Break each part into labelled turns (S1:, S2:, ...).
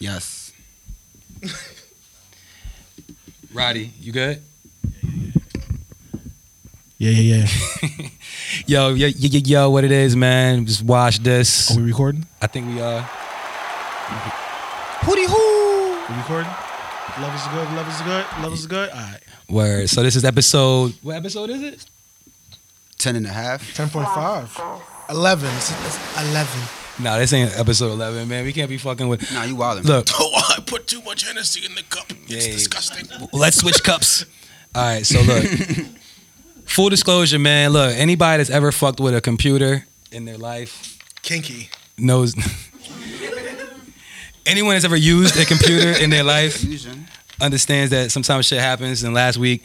S1: Yes. Roddy, you good?
S2: Yeah, yeah, yeah.
S1: Yo, yo, yo, yo, yo, what it is, man? Just watch this.
S2: Are we recording?
S1: I think we are. Hootie hoo!
S2: We recording? Love is good. Love is good. Love is good. All right.
S1: Word. So this is episode. What episode is it?
S3: Ten and a half.
S2: Ten point five. Eleven. It's- it's Eleven.
S1: Nah, this ain't episode eleven, man. We can't be fucking with.
S3: Nah, you wildin'.
S1: Look,
S4: Oh, I put too much Hennessy in the cup. It's
S1: Yeah.
S4: disgusting.
S1: let's switch cups. All right, so look. Full disclosure, man. Look, anybody that's ever fucked with a computer in their life
S2: Kinky.
S1: knows. Anyone that's ever used a computer in their life
S3: Fusion.
S1: understands that sometimes shit happens. And last week,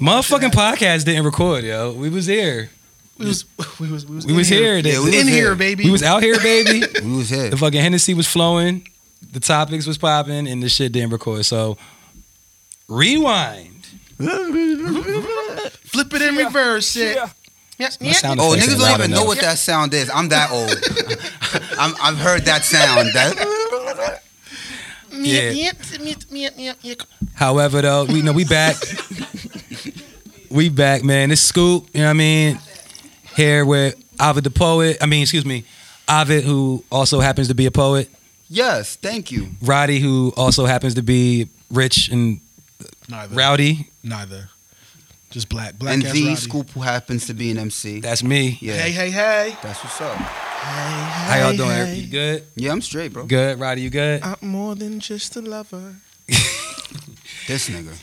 S1: motherfucking podcast didn't record, yo. We was here.
S2: We was we was we was,
S1: We
S2: in
S1: was here.
S3: Yeah, we was
S2: in
S3: here.
S2: here, baby.
S1: We was out here, baby.
S3: We was here.
S1: the fucking Hennessy was flowing, the topics was popping, and the shit didn't record. So, rewind.
S2: Flip it in reverse. Shit.
S1: Yeah.
S2: Yeah.
S1: My sound
S3: Oh,
S1: effects
S3: niggas
S1: ain't
S3: don't
S1: loud
S3: even know
S1: enough.
S3: what that sound is. I'm that old. I'm, I've heard that sound. That,
S1: Yeah.
S2: Yep, yep, yep, yep, yep.
S1: However, though, we know we back. we back, man. It's Scoop, you know what I mean? Here with Ovid the poet. I mean, excuse me, Ovid, who also happens to be a poet.
S3: yes, thank you.
S1: Roddy, who also happens to be rich and
S2: Neither.
S1: rowdy.
S2: Neither. Just black. Black
S3: and
S2: ass
S3: the
S2: Roddy.
S3: Scoop who happens to be an MC.
S1: That's me.
S3: yeah,
S2: Hey, hey, hey.
S3: that's what's up.
S2: Hey,
S1: How y'all doing?
S2: hey,
S1: You good?
S3: Yeah, I'm straight, bro.
S1: Good, Roddy. You good?
S2: I'm more than just a lover.
S3: This nigga.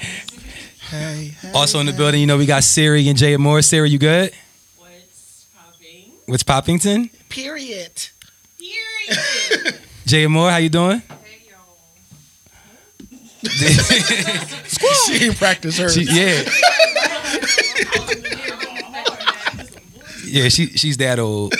S2: Hey, hey.
S1: Also in the building, you know, we got Siri and Jay Moore. Siri, you good?
S5: What's popping?
S1: What's Poppington?
S2: Period.
S5: Period.
S1: Jay Moore, how you doing?
S5: hey y'all.
S2: she didn't practice her.
S1: She- yeah, yeah, she she's that old.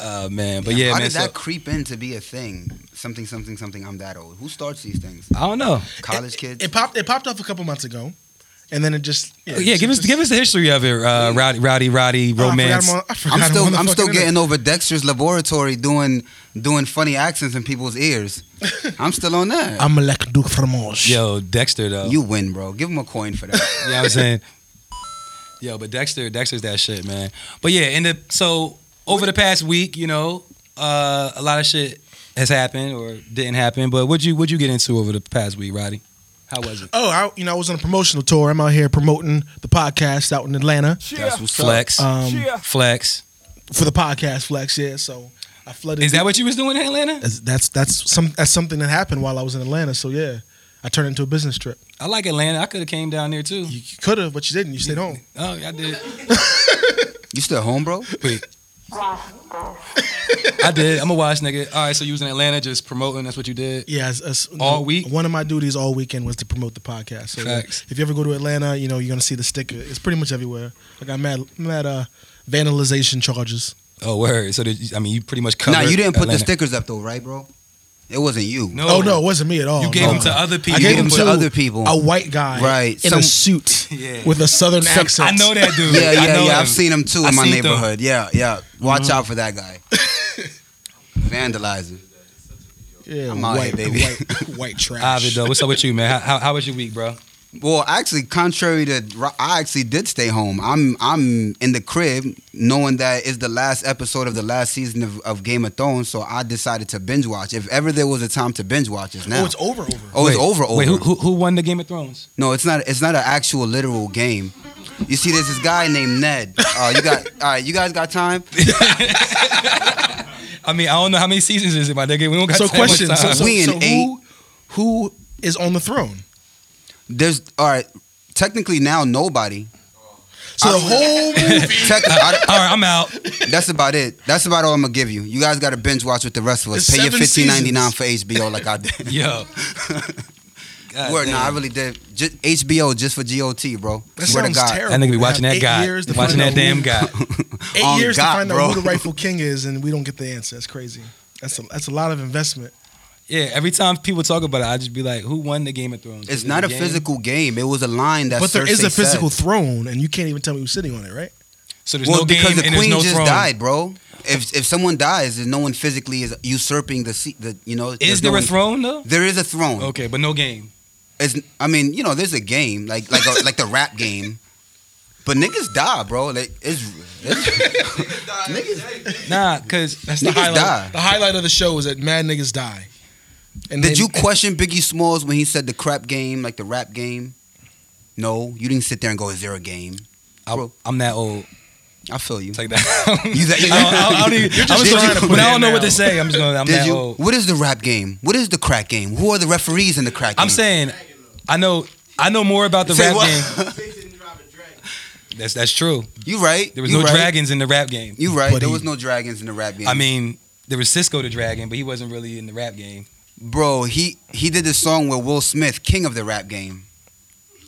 S1: Uh man, but yeah,
S3: How
S1: man.
S3: did that
S1: So,
S3: creep in to be a thing? Something, something, something. I'm that old. Who starts these things?
S1: I don't know.
S3: College
S2: It-
S3: kids.
S2: It popped. It popped off a couple months ago, and then it just yeah.
S1: Oh, Yeah, give us give us the history of it. Uh, rowdy, rowdy, rowdy
S2: Oh, I forgot
S1: romance.
S2: I'm on- I forgot
S3: I'm still,
S2: on the
S3: I'm still
S2: fucking
S3: getting over Dexter's laboratory doing, doing funny accents in people's ears. I'm still on that.
S2: internet. I'm like Duke Fromage.
S1: Yo, Dexter though.
S3: You win, bro. Give him a coin for that.
S1: You know what I'm saying? Yo, but Dexter, Dexter's that shit, man. But yeah, in the so over the past week, you know, uh, a lot of shit has happened or didn't happen. But what you what you get into over the past week, Roddy? How was it?
S2: Oh, I, you know, I was on a promotional tour. I'm out here promoting the podcast out in Atlanta
S3: That's what's up.
S1: Flex,
S2: um,
S1: flex.
S2: for the podcast Flex. Yeah, so I flooded.
S1: Is that what you was doing in Atlanta?
S2: That's, that's that's some that's something that happened while I was in Atlanta. So yeah, I turned it into a business trip.
S1: I like Atlanta. I could have came down there too.
S2: You could have, but you didn't. You stayed home.
S1: Oh, I did.
S3: You still home, bro?
S1: Wait. I did. I'm a watch nigga. All right, so you was in Atlanta just promoting. That's what you did.
S2: Yeah, it's- it's-
S1: All week?
S2: One of my duties all weekend was to promote the podcast. So yeah,
S1: Facts.
S2: if you ever go to Atlanta, you know you're gonna see the sticker. It's pretty much everywhere. I got mad mad uh, vandalization charges.
S1: Oh, word. So did you, I mean, you pretty much covered.
S3: Nah, you didn't put the
S1: Atlanta.
S3: stickers up though, right, bro? It wasn't you.
S1: No.
S2: Oh, no, it wasn't me at all.
S1: You gave
S2: no.
S1: them to other people.
S2: I
S3: gave
S2: gave
S3: them
S2: them
S3: to
S2: to
S3: other people.
S2: A white guy,
S3: Right,
S2: in
S3: some-
S2: a suit
S1: Yeah.
S2: with a southern accent.
S1: I know that dude.
S3: Yeah,
S1: I
S3: yeah,
S1: know
S3: yeah.
S1: him.
S3: I've seen him too
S1: I
S3: in my
S1: seen them. Mm-hmm.
S3: neighborhood. Yeah, yeah. Watch out for that guy. Vandalizing.
S2: Yeah,
S3: I'm out
S2: white,
S3: here, baby.
S2: white, white trash.
S1: Ovid, though, what's up with you, man? How, how, how was your week, bro?
S3: Well, actually, contrary to, Ro- I actually did stay home. I'm I'm in the crib, knowing that it's the last episode of the last season of, of Game of Thrones. So I decided to binge watch. If ever there was a time to binge watch, it's now.
S2: Oh, it's over. Over.
S3: Oh, it's over. Over.
S1: Wait, who, who, who won the Game of Thrones?
S3: No, it's not. It's not an actual literal game. You see, there's this guy named Ned. Uh, you got. All right, you guys got time.
S1: I mean, I don't know how many seasons is it, my nigga. We don't got
S2: So
S1: that much
S2: question. So,
S1: time.
S2: so,
S3: We in
S2: so who, who is on the throne?
S3: There's. All right. Technically now nobody.
S2: So the whole movie.
S3: Tech, I,
S1: All right, I'm out.
S3: that's about it. That's about all I'm gonna give you. You guys got to binge watch with the rest of us.
S2: It's
S3: Pay your
S2: seven
S3: fifteen ninety nine for HBO like I did.
S1: Yo. God
S3: Word, no, I
S1: damn.
S3: really did. Just, HBO just for GOT, bro.
S2: That
S3: Swear to
S2: sounds
S3: God.
S2: terrible.
S1: That nigga be
S2: Have
S1: watching that
S2: eight
S1: guy.
S2: years to
S1: Watching
S2: find
S1: that
S2: out
S1: damn
S2: who-
S1: guy.
S2: Eight
S3: On
S2: years
S3: Oh, God,
S2: to find
S3: bro.
S2: out who the rightful king is, and we don't get the answer. That's crazy. That's a, that's a lot of investment.
S1: Yeah, every time people talk about it, I just be like, who won the Game of Thrones? Is
S3: It's
S1: it
S3: not a
S1: game?
S3: physical game. It was a line that.
S2: but there is
S3: Cersei
S2: a physical
S3: Said.
S2: throne, and you can't even tell me who's sitting on it, right?
S1: So there's
S3: Well,
S1: no game
S3: because the
S1: and there's
S3: queen
S1: no
S3: just
S1: throne.
S3: died, bro. if if someone dies, then no one physically is usurping the seat. The you know
S1: Is
S3: there's no Mm.
S1: there a
S3: one-
S1: throne though?
S3: There is a throne.
S1: Okay, but no game.
S3: It's, I mean, you know, there's a game like like a, like the rap game, but niggas die, bro. Like it's, it's niggas.
S1: Nah, cause that's the
S3: Niggas
S1: highlight.
S3: die.
S2: The highlight of the show was that mad niggas die. And
S3: Did
S2: they-
S3: you question Biggie Smalls when he said the crap game, like the rap game? No, you didn't sit there and go, "Is there a game?"
S1: I, I'm that old.
S3: I feel you.
S1: Take that.
S3: You that-
S1: I don't- I don't- I don't even-
S3: You're
S1: I'm
S3: just
S1: just
S3: trying to
S1: trying to
S3: put
S1: When I
S2: it
S1: don't know what
S2: now.
S1: to say, I'm just gonna. I'm oh.
S3: Did
S1: that
S3: you?
S1: old.
S3: What is the rap game? What is the crack game? Who are the referees in the crack game?
S1: I'm saying, I know, I know more about the
S3: Say
S1: rap
S3: what?
S1: game. That's that's true.
S3: You right.
S1: There was
S3: You
S1: no
S3: right.
S1: dragons in the rap game.
S3: You right.
S2: But
S3: There
S2: he-
S3: was no dragons in the rap game.
S1: I mean, there was Cisco the dragon, but he wasn't really in the rap game.
S3: bro, he he did this song with Will Smith, king of the rap game.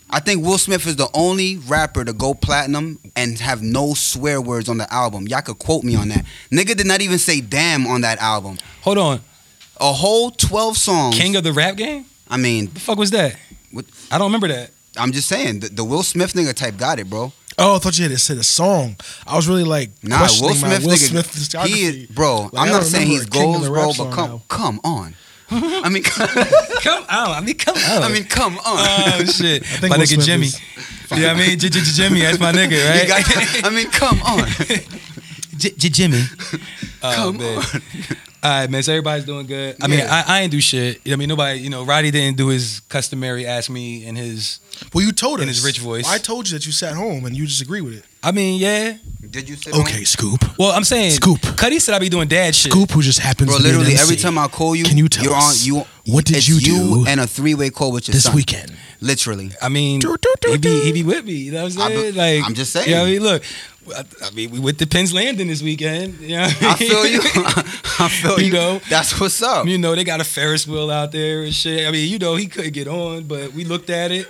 S3: I think Will Smith is the only rapper to go platinum and have no swear words on the album. Y'all could quote me on that. Nigga did not even say damn on that album.
S1: Hold on,
S3: A whole 12 songs.
S1: king of the rap game?
S3: I mean,
S1: The fuck was that?
S3: What?
S1: I don't remember that.
S3: I'm just saying, the, the Will Smith nigga type got it, bro.
S2: Oh, I thought you had said a song. I was really like,
S3: Nah,
S2: questioning
S3: Will
S2: my
S3: Smith,
S2: Will
S3: nigga,
S2: Smith
S3: he
S2: discography.
S3: is, bro.
S2: Like, I
S3: I'm
S2: don't
S3: not saying
S2: remember
S3: he's
S2: a king of
S3: goals,
S2: the
S3: bro,
S2: rap
S3: but
S2: song
S3: come,
S2: now.
S3: come on. I mean,
S1: Come on, I mean, come on.
S3: I mean, come on.
S2: Uh,
S1: oh shit,
S2: think
S1: my
S2: Will
S1: nigga
S2: Smith
S1: Jimmy.
S2: is-
S1: You know what I mean? J- J- J- Jimmy, that's my nigga,
S3: You
S1: right?
S3: got- I mean, come on.
S1: J- J- Jimmy. Oh,
S3: Come
S1: man.
S3: on.
S1: All right, man. So everybody's doing good. I mean,
S3: Yeah.
S1: I, I ain't do shit. I mean, nobody. You know, Roddy didn't do his customary ask me and his.
S2: Well, you told us
S1: In his rich voice.
S2: I told you that you sat home and you disagree with it.
S1: I mean, yeah.
S3: Did you sit on-
S2: Okay, Scoop.
S1: Well, I'm saying
S2: Scoop.
S1: Cuddy said I be doing dad shit.
S2: Scoop, who just happens
S3: Bro,
S2: to be
S3: literally
S2: an
S3: every
S2: MC.
S3: time I call you,
S2: Can you tell
S3: you're
S2: us
S3: on. You
S2: what did
S3: it's
S2: you do
S3: and a three way call with your
S2: this
S3: son.
S2: weekend?
S3: Literally,
S1: I mean,
S2: Do, do, do,
S1: he be
S2: do.
S1: he be with me. You know what I'm
S3: I be-
S1: saying? like,
S3: I'm just saying.
S1: You know what I mean, look. I, I mean, we with the Penn's Landing this weekend. You know what I,
S3: I
S1: mean?
S3: feel you. I feel you.
S1: You know?
S3: that's what's up.
S1: You know, they got a Ferris wheel out there and shit. I mean, you know, he couldn't get on, but we looked at it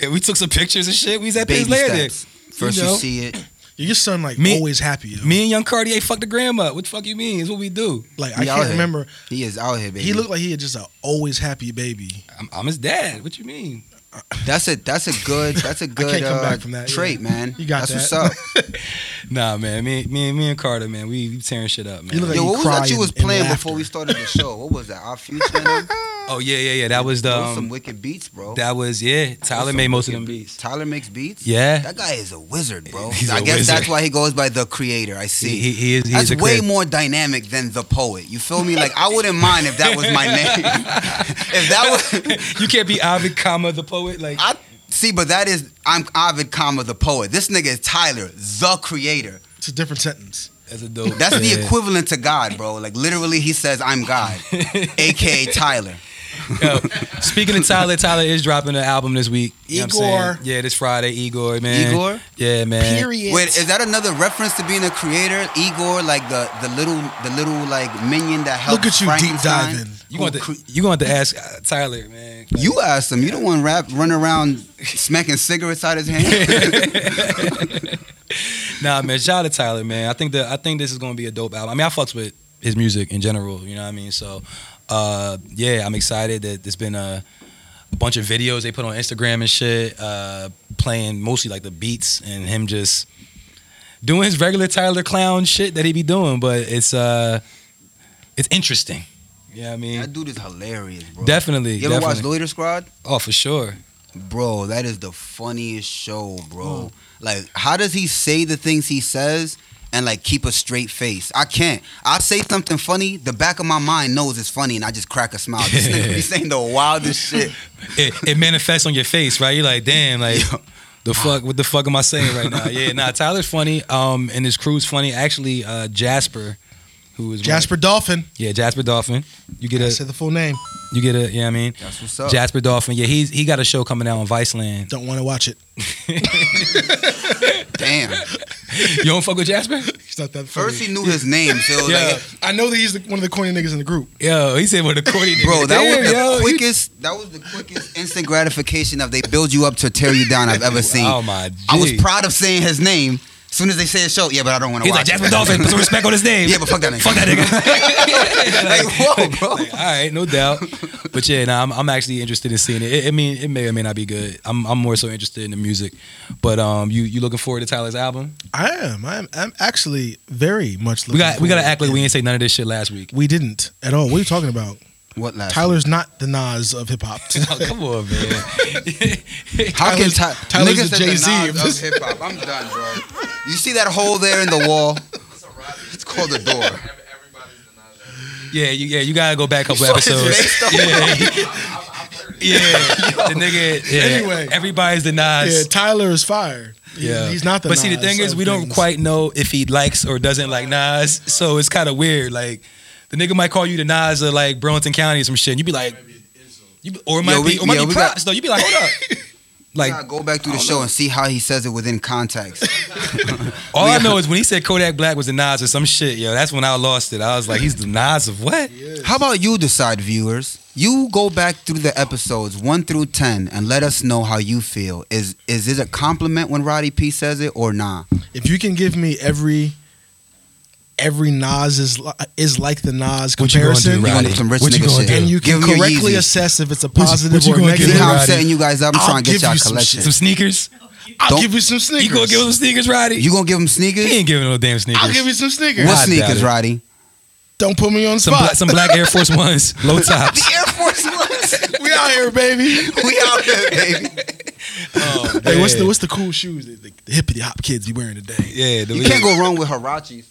S1: and we took some pictures and shit. We was at
S3: Baby
S1: Penn's Landing.
S3: steps. First you,
S1: know?
S3: see it.
S2: Your son like
S1: Me-
S2: always happy. Yo.
S1: Me and young Cartier fucked the grandma. What the fuck you mean? It's what we do.
S2: like
S3: He
S2: I
S3: out
S2: can't
S3: here,
S2: remember.
S3: He is out here, baby.
S2: He looked like he had just a always happy baby.
S1: I'm, I'm his dad. What you mean?
S3: That's a that's a good that's a good
S2: can't come
S3: uh,
S2: back from that, yeah.
S3: trait, man.
S2: You got
S3: that's
S2: that.
S3: what's up.
S1: Nah, man. Me, me, me and Carter, man. We, we tearing shit up, man.
S2: You look like
S3: Yo,
S2: he
S3: what was
S2: cried
S3: that you
S2: in-
S3: was
S2: in
S3: playing
S2: laughter.
S3: before we started the show? What was that? Our future. man?
S1: oh yeah, yeah, yeah. That was the
S3: Those some
S1: um,
S3: wicked beats, bro.
S1: that was yeah. Tyler
S3: some
S1: made most of
S3: wicked
S1: them beats.
S3: Tyler makes beats.
S1: Yeah.
S3: That guy is a wizard, bro.
S1: He's
S3: I
S1: a
S3: guess that's
S1: wizard.
S3: why he goes by the creator. I see.
S1: He, he, he is. He
S3: That's
S1: is a
S3: way
S1: crib.
S3: more dynamic than the poet. You feel me? Like I wouldn't mind if that was my name. if that was,
S1: you can't be Ovid, comma the poet. Like
S3: I see. But that is, I'm Ovid, comma the poet. This nigga is Tyler, the creator.
S2: It's a different sentence.
S1: that's a dope.
S3: That's the
S1: yeah.
S3: equivalent to God, bro. Like literally, he says, "I'm God," aka Tyler.
S1: Yo, speaking of Tyler, Tyler is dropping an album this week. You know what I'm
S2: Igor.
S1: saying? yeah, this Friday, Igor, man.
S3: Igor?
S1: yeah, man.
S2: Period.
S3: Wait, is that another reference to being a creator? Igor, like the the little the little like minion that helps.
S2: Look at you deep
S3: Frankenstein?
S2: diving.
S1: You going to you going to ask uh, Tyler, man?
S3: You asked him. You don't want rap run around smacking cigarettes out his hand.
S1: Nah, man. Shout out to Tyler, man. I think that I think this is gonna be a dope album. I mean, I fucks with his music in general. You know what I mean? So, uh, yeah, I'm excited that there's been a, a bunch of videos they put on Instagram and shit, uh, playing mostly like the beats and him just doing his regular Tyler Clown shit that he be doing. But it's uh, it's interesting. You know what I mean?
S3: that dude is hilarious, bro.
S1: definitely.
S3: You ever watch
S1: definitely.
S3: Loiter Squad?
S1: oh, for sure.
S3: Bro, that is the funniest show, bro.
S1: Oh.
S3: Like, how does he say the things he says and like keep a straight face? I can't. I say something funny, the back of my mind knows it's funny, and I just crack a smile. This nigga be saying the wildest shit.
S1: it, it manifests on your face, right? You're like, damn, like the fuck, what the fuck am I saying right now? Yeah, nah, Tyler's funny, um, and his crew's funny. Actually, uh, Jasper, who is one of-
S2: Jasper Dolphin.
S1: yeah, Jasper Dolphin. You get
S2: I
S1: a,
S2: said the full name.
S1: you get a, yeah, I mean,
S3: That's what's up.
S1: Jasper Dolphin. Yeah, he's he got a show coming out on Viceland.
S2: Don't want to watch it.
S3: Damn.
S1: You don't fuck with Jasper?
S2: He's not that funny.
S3: First he knew his name, so
S1: Yeah.
S3: like,
S2: I know that he's the, one of the corny niggas in the group.
S1: Yo, he said, "Well, the corny nigga."
S3: bro, that
S1: Damn,
S3: was the
S1: yo, you-
S3: quickest. That was the quickest instant gratification of they build you up to tear you down I've ever seen.
S1: Oh my,
S3: I was
S1: G.
S3: proud of saying his name. As soon as they say a show, yeah, but I don't want to
S1: He's
S3: watch
S1: like Jasmine
S3: it.
S1: Dolphin. Put some respect on his name.
S3: Yeah, but fuck that nigga.
S1: fuck that nigga.
S3: Like, whoa, bro.
S1: Like, all right, no doubt. But yeah, nah, I'm, I'm actually interested in seeing it. it. I mean, it may or may not be good. I'm, I'm more so interested in the music. But um, you you looking forward to Tyler's album?
S2: I am. I am. I'm actually very much.
S1: We got we got to
S2: forward.
S1: act like we ain't say none of this shit last week.
S2: We didn't at all. What are you talking about?
S3: What last?
S2: Tyler's not the Nas of hip hop.
S1: Oh, come on, man.
S3: How can
S2: Tyler's-
S3: Ty-
S2: Tyler's
S3: niggas
S2: the
S3: at
S2: Jay-Z
S3: Nas
S2: of
S3: of
S2: this-
S3: hip hop? I'm done, bro. You see that hole there in the wall? It's called a door.
S1: yeah, you, yeah, you gotta go back a couple
S3: saw his
S1: episodes.
S3: face, though.
S1: Yeah, yeah, the nigga. Yeah,
S2: Anyway.
S1: everybody's the Nas.
S2: yeah, Tyler is fire. He-
S1: Yeah,
S2: he's not the.
S1: But see, the
S2: Nas
S1: thing is,
S2: of
S1: we don't
S2: things.
S1: quite know if he likes or doesn't like Nas, so it's kind of weird. Like, the nigga might call you the Nas of like Burlington County or some shit, and you be like, you be, or it might
S3: Yo, we-
S1: be, or it might
S3: yo,
S1: be
S3: we got-
S1: props though. You be like, hold up. Like
S3: Nah, go back through the show and see how he says it within context.
S1: all
S3: we
S1: I
S3: got-
S1: know is when he said Kodak Black was the Nas or some shit, yo, that's when I lost it. I was like, he's the Nas of what?
S3: How about you decide, viewers? You go back through the episodes one through ten and let us know how you feel. Is is this a compliment when Roddy P says it or nah?
S2: If you can give me every. Every Nas is li- is like the Nas
S1: What you gonna do,
S2: comparison,
S1: Roddy?
S3: on some rich
S1: What you
S3: nigga
S1: gonna
S3: shit.
S1: do?
S2: and you can
S3: Give him your
S2: correctly
S3: Yeezys.
S2: assess if it's
S1: you-
S2: a positive
S1: what you
S2: or a
S1: gonna give
S2: negative.
S3: See how I'm
S1: Roddy.
S3: setting you guys up? I'm
S2: I'll
S3: trying to
S2: give
S3: get y'all
S2: you some
S3: collection.
S1: Some sneakers.
S2: I'll
S3: Don't-
S2: give you some sneakers.
S1: You gonna give him some sneakers, Roddy?
S3: You gonna give him sneakers?
S1: he ain't giving no damn sneakers.
S2: I'll give you some
S1: I
S2: sneakers.
S3: What
S1: doubt
S3: sneakers,
S1: it.
S3: Roddy?
S2: Don't put me on the
S1: some
S2: spot.
S1: black, some black Air Force Ones, low tops.
S3: Air Force Ones.
S2: we out here, baby.
S3: we out there, baby.
S1: Oh,
S2: Hey, what's
S1: man.
S2: the what's the cool shoes that the, the hippity hop kids be wearing today?
S1: Yeah, the
S3: You can't go wrong with Harachis.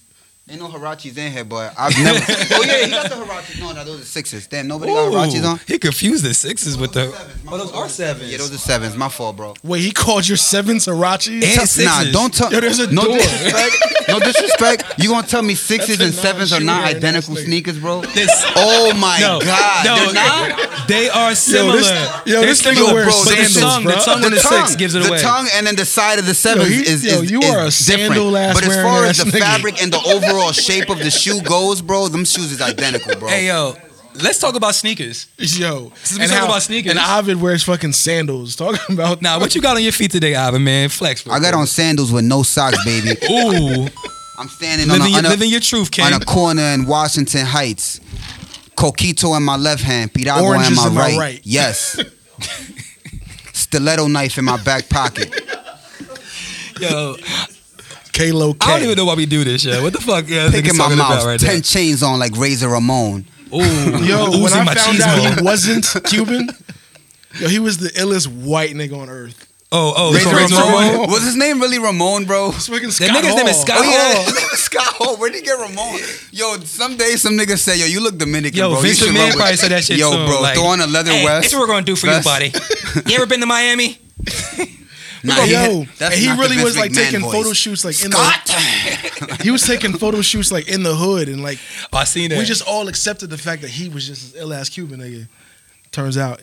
S3: Ain't no Harachis in here, but I've never. oh yeah, he got the Harachis. No, no, those are sixes. Damn, nobody
S1: Ooh,
S3: got Harachis on.
S1: He confused the sixes with the.
S3: Oh, those are sevens. Yeah, those are sevens. My fault, bro.
S2: Wait, he called your seven Srirachis?
S1: And
S2: Tell-
S1: sixes.
S3: Nah, don't tell.
S2: Yo, there's a
S3: no
S2: door.
S3: disrespect. no disrespect. You gonna tell me sixes
S2: That's a
S3: and sevens are
S2: non-shooter
S3: not
S2: and
S3: identical
S2: that's like-
S3: sneakers, bro?
S1: This-
S3: Oh my
S1: No,
S3: god,
S1: no,
S3: they're not.
S1: They are similar.
S2: yo,
S1: They're
S2: this nigga
S1: similar,
S2: wears
S1: but the
S2: sandals,
S1: tongue, the
S2: bruh.
S1: tongue on the six gives it
S3: the
S1: away.
S3: tongue and then the side of the sevens
S2: he-
S3: is,
S2: yo,
S3: is-
S2: you
S3: is
S2: are a
S3: different.
S2: sandal-ass
S3: But as
S2: wearing
S3: far as
S2: ass
S3: the
S2: nigga.
S3: fabric and the overall shape of the shoe goes, bro, them shoes is identical, bro.
S1: Hey yo, let's talk about sneakers.
S2: Yo,
S1: we talking about sneakers.
S2: And Ovid wears fucking sandals. Talking about
S1: Now, what you got on your feet today, Ivan? Man, flex. real
S3: I got on
S1: quick.
S3: sandals with no socks, baby.
S1: Ooh,
S3: I'm standing on a,
S1: living, your,
S3: on, a,
S1: living your truth,
S3: on
S1: King.
S3: a corner in Washington Heights. Coquito in my left hand, Pirago
S2: Oranges
S3: in my
S2: in my
S3: right.
S2: right.
S3: Yes. Stiletto knife in my back pocket.
S1: Yo,
S2: K-Lo K.
S1: I don't even know why we do this. Yo, what the fuck? Yeah,
S3: Pick in my mouth.
S1: Right
S3: Ten
S1: now.
S3: chains on like Razor Ramon.
S1: Ooh,
S2: Yo,
S1: ooze
S2: when
S1: in
S2: I
S1: my
S2: found
S1: cheese
S2: out he
S1: ball.
S2: wasn't Cuban, yo, he was the illest white nigga on earth.
S1: Oh, oh,
S3: Razor
S1: so Razor
S3: Ramon.
S1: Ramon?
S3: Was his name really Ramon, bro?
S2: It's fucking
S1: That
S2: Scott
S1: nigga's name is
S2: Hall.
S1: Scott
S3: Oh
S1: Hall.
S3: yeah, Scott Hall. Where'd he get Ramon? Yo, some days some niggas say, "Yo, you look Dominican,
S1: Yo,
S3: bro." You
S1: Vince
S3: should run
S1: McMahon
S3: with-
S1: probably said that shit
S3: Yo,
S1: soon,
S3: bro,
S1: like,
S3: throw on a leather
S1: Hey,
S3: vest.
S1: this is what we're gonna do for
S3: Vest.
S1: you, buddy. You ever been to Miami?
S3: Nah,
S2: Yo,
S3: he-
S2: and
S3: that's
S2: he
S3: not the
S2: really
S3: Vince
S2: was like
S3: McMahon
S2: taking
S3: voice.
S2: photo shoots like in the
S3: Scott.
S2: he was taking photo shoots like in the hood and like
S1: Oh, I seen that.
S2: we just all accepted the fact that he was just an ill ass Cuban nigga. Turns out,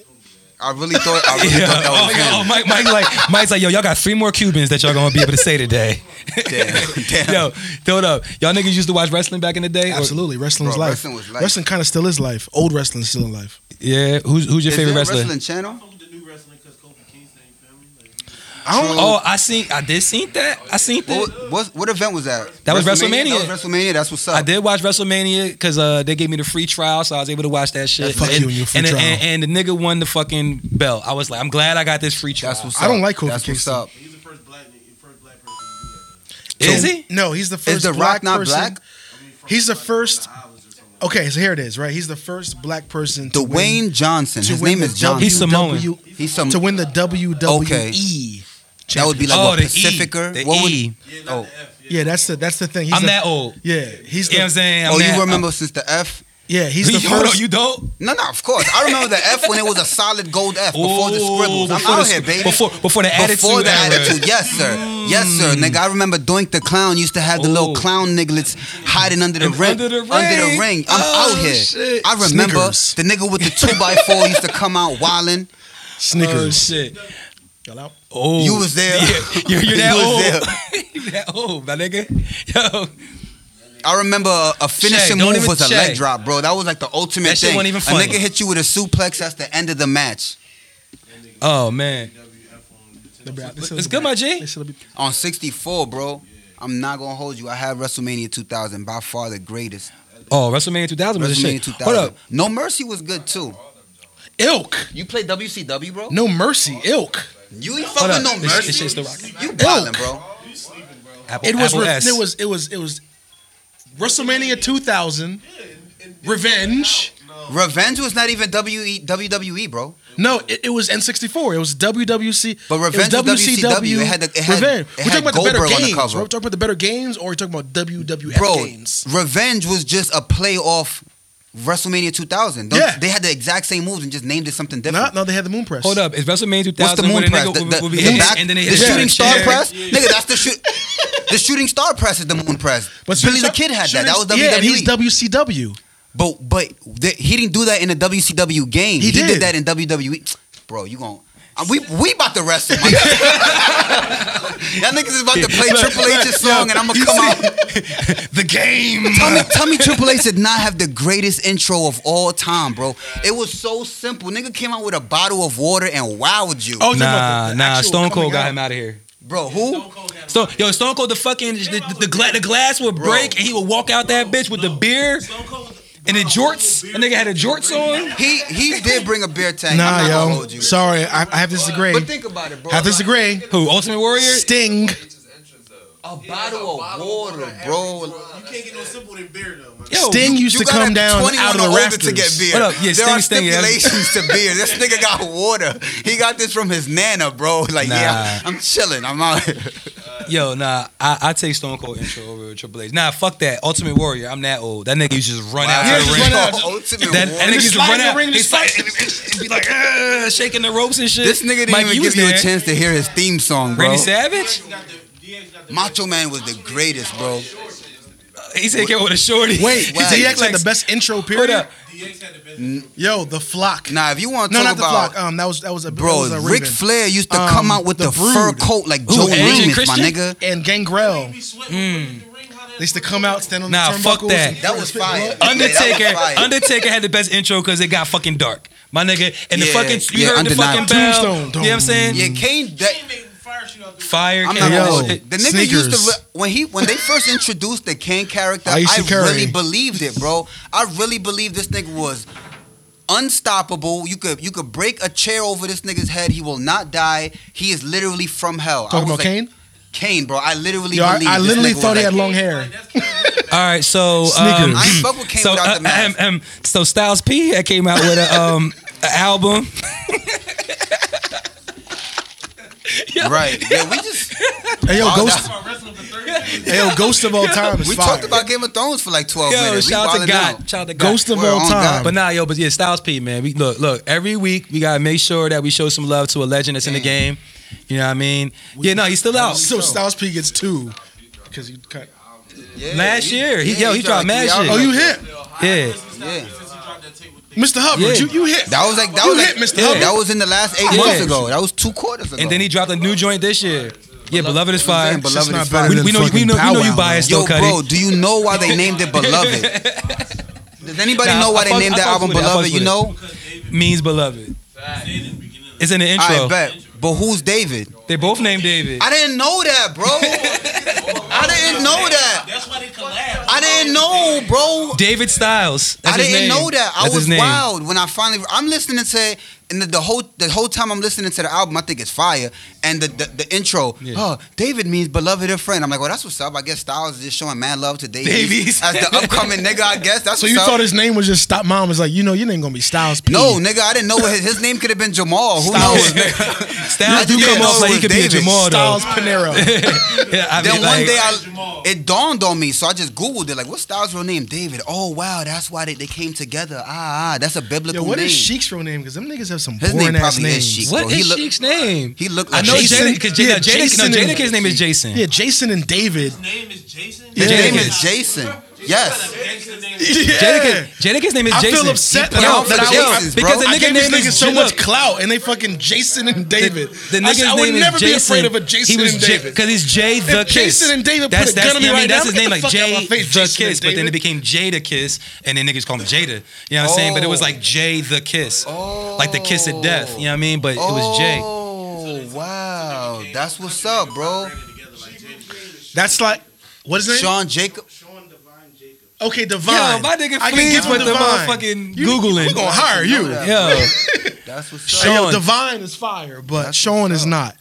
S3: I really thought. I really
S1: Yeah.
S3: thought that
S1: Oh,
S3: was
S1: yeah.
S3: him.
S1: oh, Mike, Mike, like, Mike's like, yo, y'all got three more Cubans that y'all gonna be able to say today.
S3: Damn, damn.
S1: Yo, throw it up. Y'all niggas used to watch wrestling back in the day. Or-
S2: absolutely, wrestling was
S3: Bro,
S2: life.
S3: wrestling was life.
S2: kind of still is life. Old wrestling still in life.
S1: yeah. Who's who's your
S3: Is
S1: favorite
S3: there a
S1: wrestler?
S3: wrestling channel?
S2: I don't.
S1: Oh, I seen. I did seen that. I seen that.
S3: What, what, what event was that?
S1: That was WrestleMania.
S3: That was WrestleMania. That's what's up.
S1: I did watch WrestleMania because uh, they gave me the free trial, so I was able to watch that shit.
S2: Yeah, fuck
S1: and,
S2: you and your free
S1: and,
S2: trial.
S1: and- and the nigga won the fucking belt. I was like, I'm glad I got this free trial.
S3: That's what's up.
S2: I don't like Kofi
S3: That's what's
S2: Kingston.
S3: up.
S4: He's the first black, first black person to do that.
S1: Is he?
S2: No, he's the first.
S3: The Rock
S2: black
S3: not
S2: person.
S3: black?
S2: He's the first. Okay, so here it is. Right, he's the first black person. to win,
S3: Dwayne Johnson.
S2: to
S3: His
S2: win
S3: name
S2: the
S3: is Johnson.
S1: He's Samoan.
S2: W- E
S3: He's some.
S2: to win the E. WWE.
S3: Okay. That would be like
S1: oh,
S3: what,
S1: the
S3: Pacifica.
S1: E. The
S3: What would-
S1: E.
S3: Oh,
S2: Yeah, that's the that's the thing. He's
S1: I'm
S2: the-
S1: that old. You
S2: Yeah, he's
S1: know what I'm
S2: the,
S1: saying? I'm
S3: oh,
S1: that-
S3: you remember since the F?
S2: yeah he's the
S1: Hold on,
S2: first.
S1: you don't?
S3: No, no, of course. I remember the F when it was a solid gold F before the
S1: Ooh,
S3: scribbles. I'm
S1: before
S3: out
S1: the-
S3: here, baby.
S1: Before, before the attitude.
S3: Before the
S1: era. Mm.
S3: attitude, yes sir, yes sir, nigga. I remember Doink the clown used to have the
S1: Oh.
S3: little clown nigglets hiding under the
S1: And
S3: ring.
S1: under the ring.
S3: ring. I'm
S1: Oh,
S3: out here.
S1: shit.
S3: I remember
S2: Snickers.
S3: the nigga with the two by four used to come out wildin'.
S1: Oh
S2: Snickers.
S1: shit!
S2: Y'all out?
S1: Oh,
S3: You was there.
S1: Yeah, you're, you're that
S3: You was
S1: old. you that old, my nigga. Yo,
S3: I remember a- a finishing
S1: Shay, don't
S3: move
S1: even-
S3: was a
S1: Shay.
S3: leg drop, bro. That was like the ultimate
S1: That shit
S3: thing.
S1: wasn't even
S3: a
S1: funny.
S3: nigga hit you with a suplex. That's the end of the match
S1: oh man,
S2: This is-
S1: it's good, my G.
S2: this should be-
S3: on 64, bro. I'm not gonna hold you. I have WrestleMania 2000 by far the greatest.
S1: Oh, WrestleMania 2000 was the
S3: WrestleMania
S1: shit.
S3: 2000.
S1: Hold up.
S3: No Mercy was good too.
S2: Ilk.
S3: You played WCW, bro?
S2: No mercy. Ilk.
S3: You ain't fucking
S1: Hold up.
S3: No
S1: It's-
S3: Mercy.
S1: it's just the rock.
S3: you balling, bro.
S1: Apple,
S2: It was.
S1: Apple
S2: Re-
S1: S.
S2: it was. It was. It was. WrestleMania 2000. Revenge.
S3: Revenge was not even E, WE, WWE, bro.
S2: No, it, it was N64. It was WWC.
S3: But Revenge
S2: it
S3: was WCW. It had the- it had-
S2: Revenge.
S3: it
S2: We're
S3: had
S2: talking about the
S3: Goldberg
S2: better
S3: on the
S2: games.
S3: cover.
S2: We're talking about the better games, or we're talking about WWF
S3: Bro,
S2: games.
S3: Revenge was just a playoff WrestleMania 2000. Those-
S2: Yeah.
S3: They had the exact same moves and just named it something
S2: No,
S3: different.
S2: no, they had the moon press.
S1: Hold up. It's WrestleMania 2000
S3: What's the moon
S1: where the
S3: press?
S1: nigga
S3: The,
S1: would-
S3: the-
S1: would be
S3: the
S1: hit,
S3: back-
S1: and then they
S3: the
S1: hit the
S3: shooting star
S1: chair.
S3: press? Nigga, that's the shoot. The shooting star press is the moon press.
S2: But
S3: Billy
S2: Shooting
S3: the Kid had
S2: Star-
S3: that. That was E. WWE.
S2: Shooting- Yeah, and he's WCW.
S3: But but the, he didn't do that in the WCW game.
S2: He did.
S3: that in WWE. Bro, you gon' uh, we we about to wrestle. my nigga. Y'all niggas is about to play Triple H's song, and I'm gonna come out.
S1: The game.
S3: Tell me, tell me Triple H did not have the greatest intro of all time, bro. It was so simple. Nigga came out with a bottle of water and wowed you,
S2: Oh, you're talking about
S1: Nah,
S2: the
S1: nah.
S2: actual
S1: Stone Cold
S2: coming
S1: got
S2: out.
S1: him out of here.
S3: bro. Who?
S1: Stone, yo, Stone Cold, the fucking the, the, the, gla- the glass would break, and he would walk out that bitch with the beer and the jorts. A nigga had a jorts on.
S3: He he did bring a beer tank. I'm
S2: Nah,
S3: not gonna
S2: yo.
S3: hold you.
S2: Sorry, I, I have to disagree.
S3: But think about it, bro.
S2: I have to disagree.
S1: Who? Ultimate Warrior.
S2: Sting.
S3: A bottle of water, bro.
S4: You can't get no simpler than beer though. My
S1: Yo,
S2: Sting used
S3: You
S2: to
S3: gotta
S2: come
S3: be
S2: down
S3: 21
S2: out of
S3: or
S2: the
S3: older
S2: rafters.
S3: to get beer.
S1: Hold up, yeah,
S3: there are
S1: Sting, Sting, yeah.
S3: stipulations to beer. This nigga got water. He got this from his nana, bro. Like, yeah, I'm chilling. I'm out.
S1: Yo, nah, I, I take Stone Cold intro over Triple H. Nah, fuck that. Ultimate Warrior, I'm that old. That nigga used to just run out
S2: Yeah,
S1: to the
S2: just
S1: ring.
S2: run out.
S3: Ultimate
S1: That,
S3: warrior.
S1: that nigga used to
S2: slide
S1: run
S2: in the
S1: out.
S2: ring,
S1: He's
S2: just
S1: like, it'd be like, "Ugh," shaking the ropes and shit.
S3: This nigga didn't
S1: Mike,
S3: even
S1: was
S3: give you a
S1: there.
S3: chance to hear his theme song, bro.
S1: Randy Savage?
S4: got the DX got the
S3: Macho Man was the greatest, bro.
S1: He said, "Yo, with a shorty."
S2: Wait,
S3: Wow.
S2: DX had the best intro
S1: Hold
S2: period.
S1: up.
S4: DX had the best.
S2: Yo, the flock.
S3: Nah, if you want to
S2: no,
S3: talk
S2: not the
S3: about,
S2: flock. Um, that was that was a that
S3: bro,
S2: was a
S3: Ric
S2: Raven.
S3: Flair used to
S2: Um,
S3: come out with
S2: the
S3: the, fur
S2: Brood.
S3: coat like
S1: Ooh,
S3: Joe
S1: Edge and
S3: Remus, my
S1: Christian?
S3: nigga.
S2: and Gangrel.
S4: He sweat mm. the ring. How that
S2: They used to come out, stand on
S1: Nah,
S2: the turnbuckles.
S1: fuck that.
S2: and-
S3: That was fire.
S1: Undertaker,
S3: That was fire.
S1: Undertaker had the best intro because it got fucking dark. My nigga, and the
S3: Yeah,
S1: fucking you
S3: yeah,
S1: heard
S3: undeniable.
S1: the fucking bell.
S2: Tombstone.
S1: You know what I'm saying?
S3: Yeah, Kane. That,
S4: He made fire shoot out the
S1: Fire.
S3: I'm
S1: came
S3: not
S1: out.
S2: Yo,
S3: gonna hold- The nigga used
S2: sneakers.
S3: to re- when he when they first introduced the Kane character,
S2: I
S3: I,
S2: used to carry.
S3: really believed it, bro. I really believed this nigga was unstoppable. You could you could break a chair over this nigga's head. He will not die. He is literally from hell. I
S2: Talking
S3: was
S2: about
S3: like,
S2: Kane.
S3: Kane, bro. I literally
S2: Yo, I,
S3: believed
S2: I
S3: this
S2: literally
S3: nigga was
S2: thought he
S3: like-
S2: had long hair.
S1: All right, so um,
S2: Sneakers.
S3: I ain't fuck with Kane
S1: so,
S3: without the
S1: uh,
S3: mask.
S1: um, um, so Styles P had came out with a um a album.
S3: Right. Yeah, we just
S2: Hey, yo,
S3: Oh,
S2: Ghost.
S4: bar. Wrestling for 30 minutes.
S2: Hey, yo, Ghost of all time is
S3: we
S2: fire.
S3: talked about Game of Thrones for like twelve
S1: Yo,
S3: minutes. We
S1: shout out to
S3: wildin' out.
S1: God. Shout out to God.
S2: Ghost of
S3: We're
S2: all
S3: on
S2: time.
S3: God.
S1: But nah, yo, but yeah, Styles P, man. We look, look, every week we gotta make sure that we show some love to a legend that's in the game. You know what I mean? yeah, no, he's still out.
S2: so Styles P gets two because you cut.
S3: Yeah,
S1: Last year. He- yo, he dropped
S3: like
S1: mad
S3: three
S1: shit.
S2: Oh,
S3: albums.
S2: you hit,
S1: yeah.
S3: Yeah.
S4: Since he dropped that tape with
S2: Mr.
S4: the
S2: Hubbard.
S1: Yeah.
S2: You, you hit.
S3: That was like that
S2: You
S3: was
S2: hit,
S3: like,
S2: Mr. Hubbard.
S3: that was in the last eight
S1: Yeah.
S3: months ago. That was two quarters ago.
S1: And then he dropped a new joint this year. Yeah, Beloved is fire.
S3: Man, beloved
S2: not
S3: is fire.
S2: better
S1: We, we know, we know, we know you biased
S3: Yo,
S1: though, Cuddy.
S3: bro, do you know why they named it Beloved? Does anybody
S1: Nah,
S3: know
S1: I
S3: why they
S1: fuck-
S3: named
S1: I
S3: that
S1: fucks
S3: album
S1: with it, I
S3: Beloved?
S1: fucks
S3: You
S1: with it.
S3: know?
S1: Means Beloved.
S4: day in the beginning of
S1: It's in the
S3: I
S1: intro.
S3: bet. But who's David?
S1: They both named David.
S3: I didn't know that, bro. I didn't know that.
S4: That's why they collabed.
S3: I didn't know, bro.
S1: David Styles. That's
S3: I
S1: his
S3: didn't
S1: name.
S3: know that. I
S1: That's his
S3: was
S1: name.
S3: wild when I finally. I'm listening to and the, the whole the whole time I'm listening to the album. I think it's fire. And the the, the intro.
S1: Yeah.
S3: Oh, David means beloved or friend. I'm like, well, that's what's up. I guess Styles is just showing mad love to Davies,
S1: Davies.
S3: as the upcoming nigga. I guess that's
S2: So
S3: what's
S2: you
S3: up.
S2: thought his name was just Stop Mom? Is like you know your name gonna be Styles P.
S3: no, nigga, I didn't know what his, his name could have been Jamal. Who
S1: Styles.
S3: knows? nigga?
S1: Styles
S3: You
S1: do
S3: didn't
S1: come off
S3: know
S1: like
S3: it
S1: he
S3: was
S1: could be a
S3: David.
S1: Jamal though.
S2: Styles Panero.
S1: yeah, I mean,
S3: Then one
S1: like,
S3: day I,
S4: Jamal.
S3: it dawned on me, so I just googled it. Like, what's Styles' real name? David. Oh wow, that's why they, they came together. Ah, ah, that's a biblical
S2: Yo, what
S3: name.
S2: is Sheik's real name? Because them niggas have some
S3: His name
S2: boring ass
S3: probably is
S2: names.
S3: Sheik.
S1: what
S3: Bro, he
S1: is
S3: look-
S1: Sheik's name?
S3: He looked
S1: I
S3: like
S1: know
S2: Jason?
S1: Jada because Jada,
S2: Yeah,
S1: Jada,
S2: Jason
S1: no,
S2: and-
S1: Jada's name is Jason.
S2: Yeah, Jason and David.
S4: His name is Jason.
S3: His
S1: Yeah.
S3: name
S1: Jadakiss.
S3: is Jason. Yes.
S1: Jadakiss- Jadakiss' name is
S2: I feel
S1: Jason.
S2: upset
S1: He-
S2: that I-
S1: yo,
S3: that I-
S1: yo, because
S3: bro.
S1: the
S2: I
S1: nigga
S2: gave this
S1: name
S2: nigga
S1: is
S2: so
S1: J-
S2: much
S1: look,
S2: clout, and they fucking Jason and David.
S1: The
S2: I
S1: nigga's
S2: said, I, would
S1: name
S2: never
S1: is
S2: be
S1: Jason.
S2: afraid of a Jason
S1: he was
S2: and David.
S1: because he's Jay the
S2: If
S1: Kiss.
S2: Jason and David put a gun on me
S1: I
S2: right now,
S1: that's his
S2: get
S1: name,
S2: the
S1: like
S2: fuck out
S1: Jay
S2: my face,
S1: the
S2: Jason and
S1: Kiss. But then
S2: David.
S1: it became Jada Kiss, and then niggas called him Jada. You know what I'm saying? But it was
S2: Oh.
S1: like Jay the Kiss, like the kiss of death. You know what I mean? But
S2: Oh.
S1: it was Jay.
S3: Oh wow, that's what's up, bro.
S2: That's like what is his name?
S3: Sean Jacob.
S4: Sean Divine Jacob.
S2: Okay, Divine.
S1: Yo, my nigga,
S2: I can
S1: please
S2: give him
S1: with the
S2: Divine.
S1: motherfucking
S2: You-
S1: googling.
S2: We gonna hire you.
S3: Yeah.
S1: Yo,
S3: That's what's
S2: Hey,
S1: Sean.
S3: up.
S2: yo, Divine is fire, but
S3: That's
S2: Sean
S3: what's
S2: is
S3: up.
S2: not.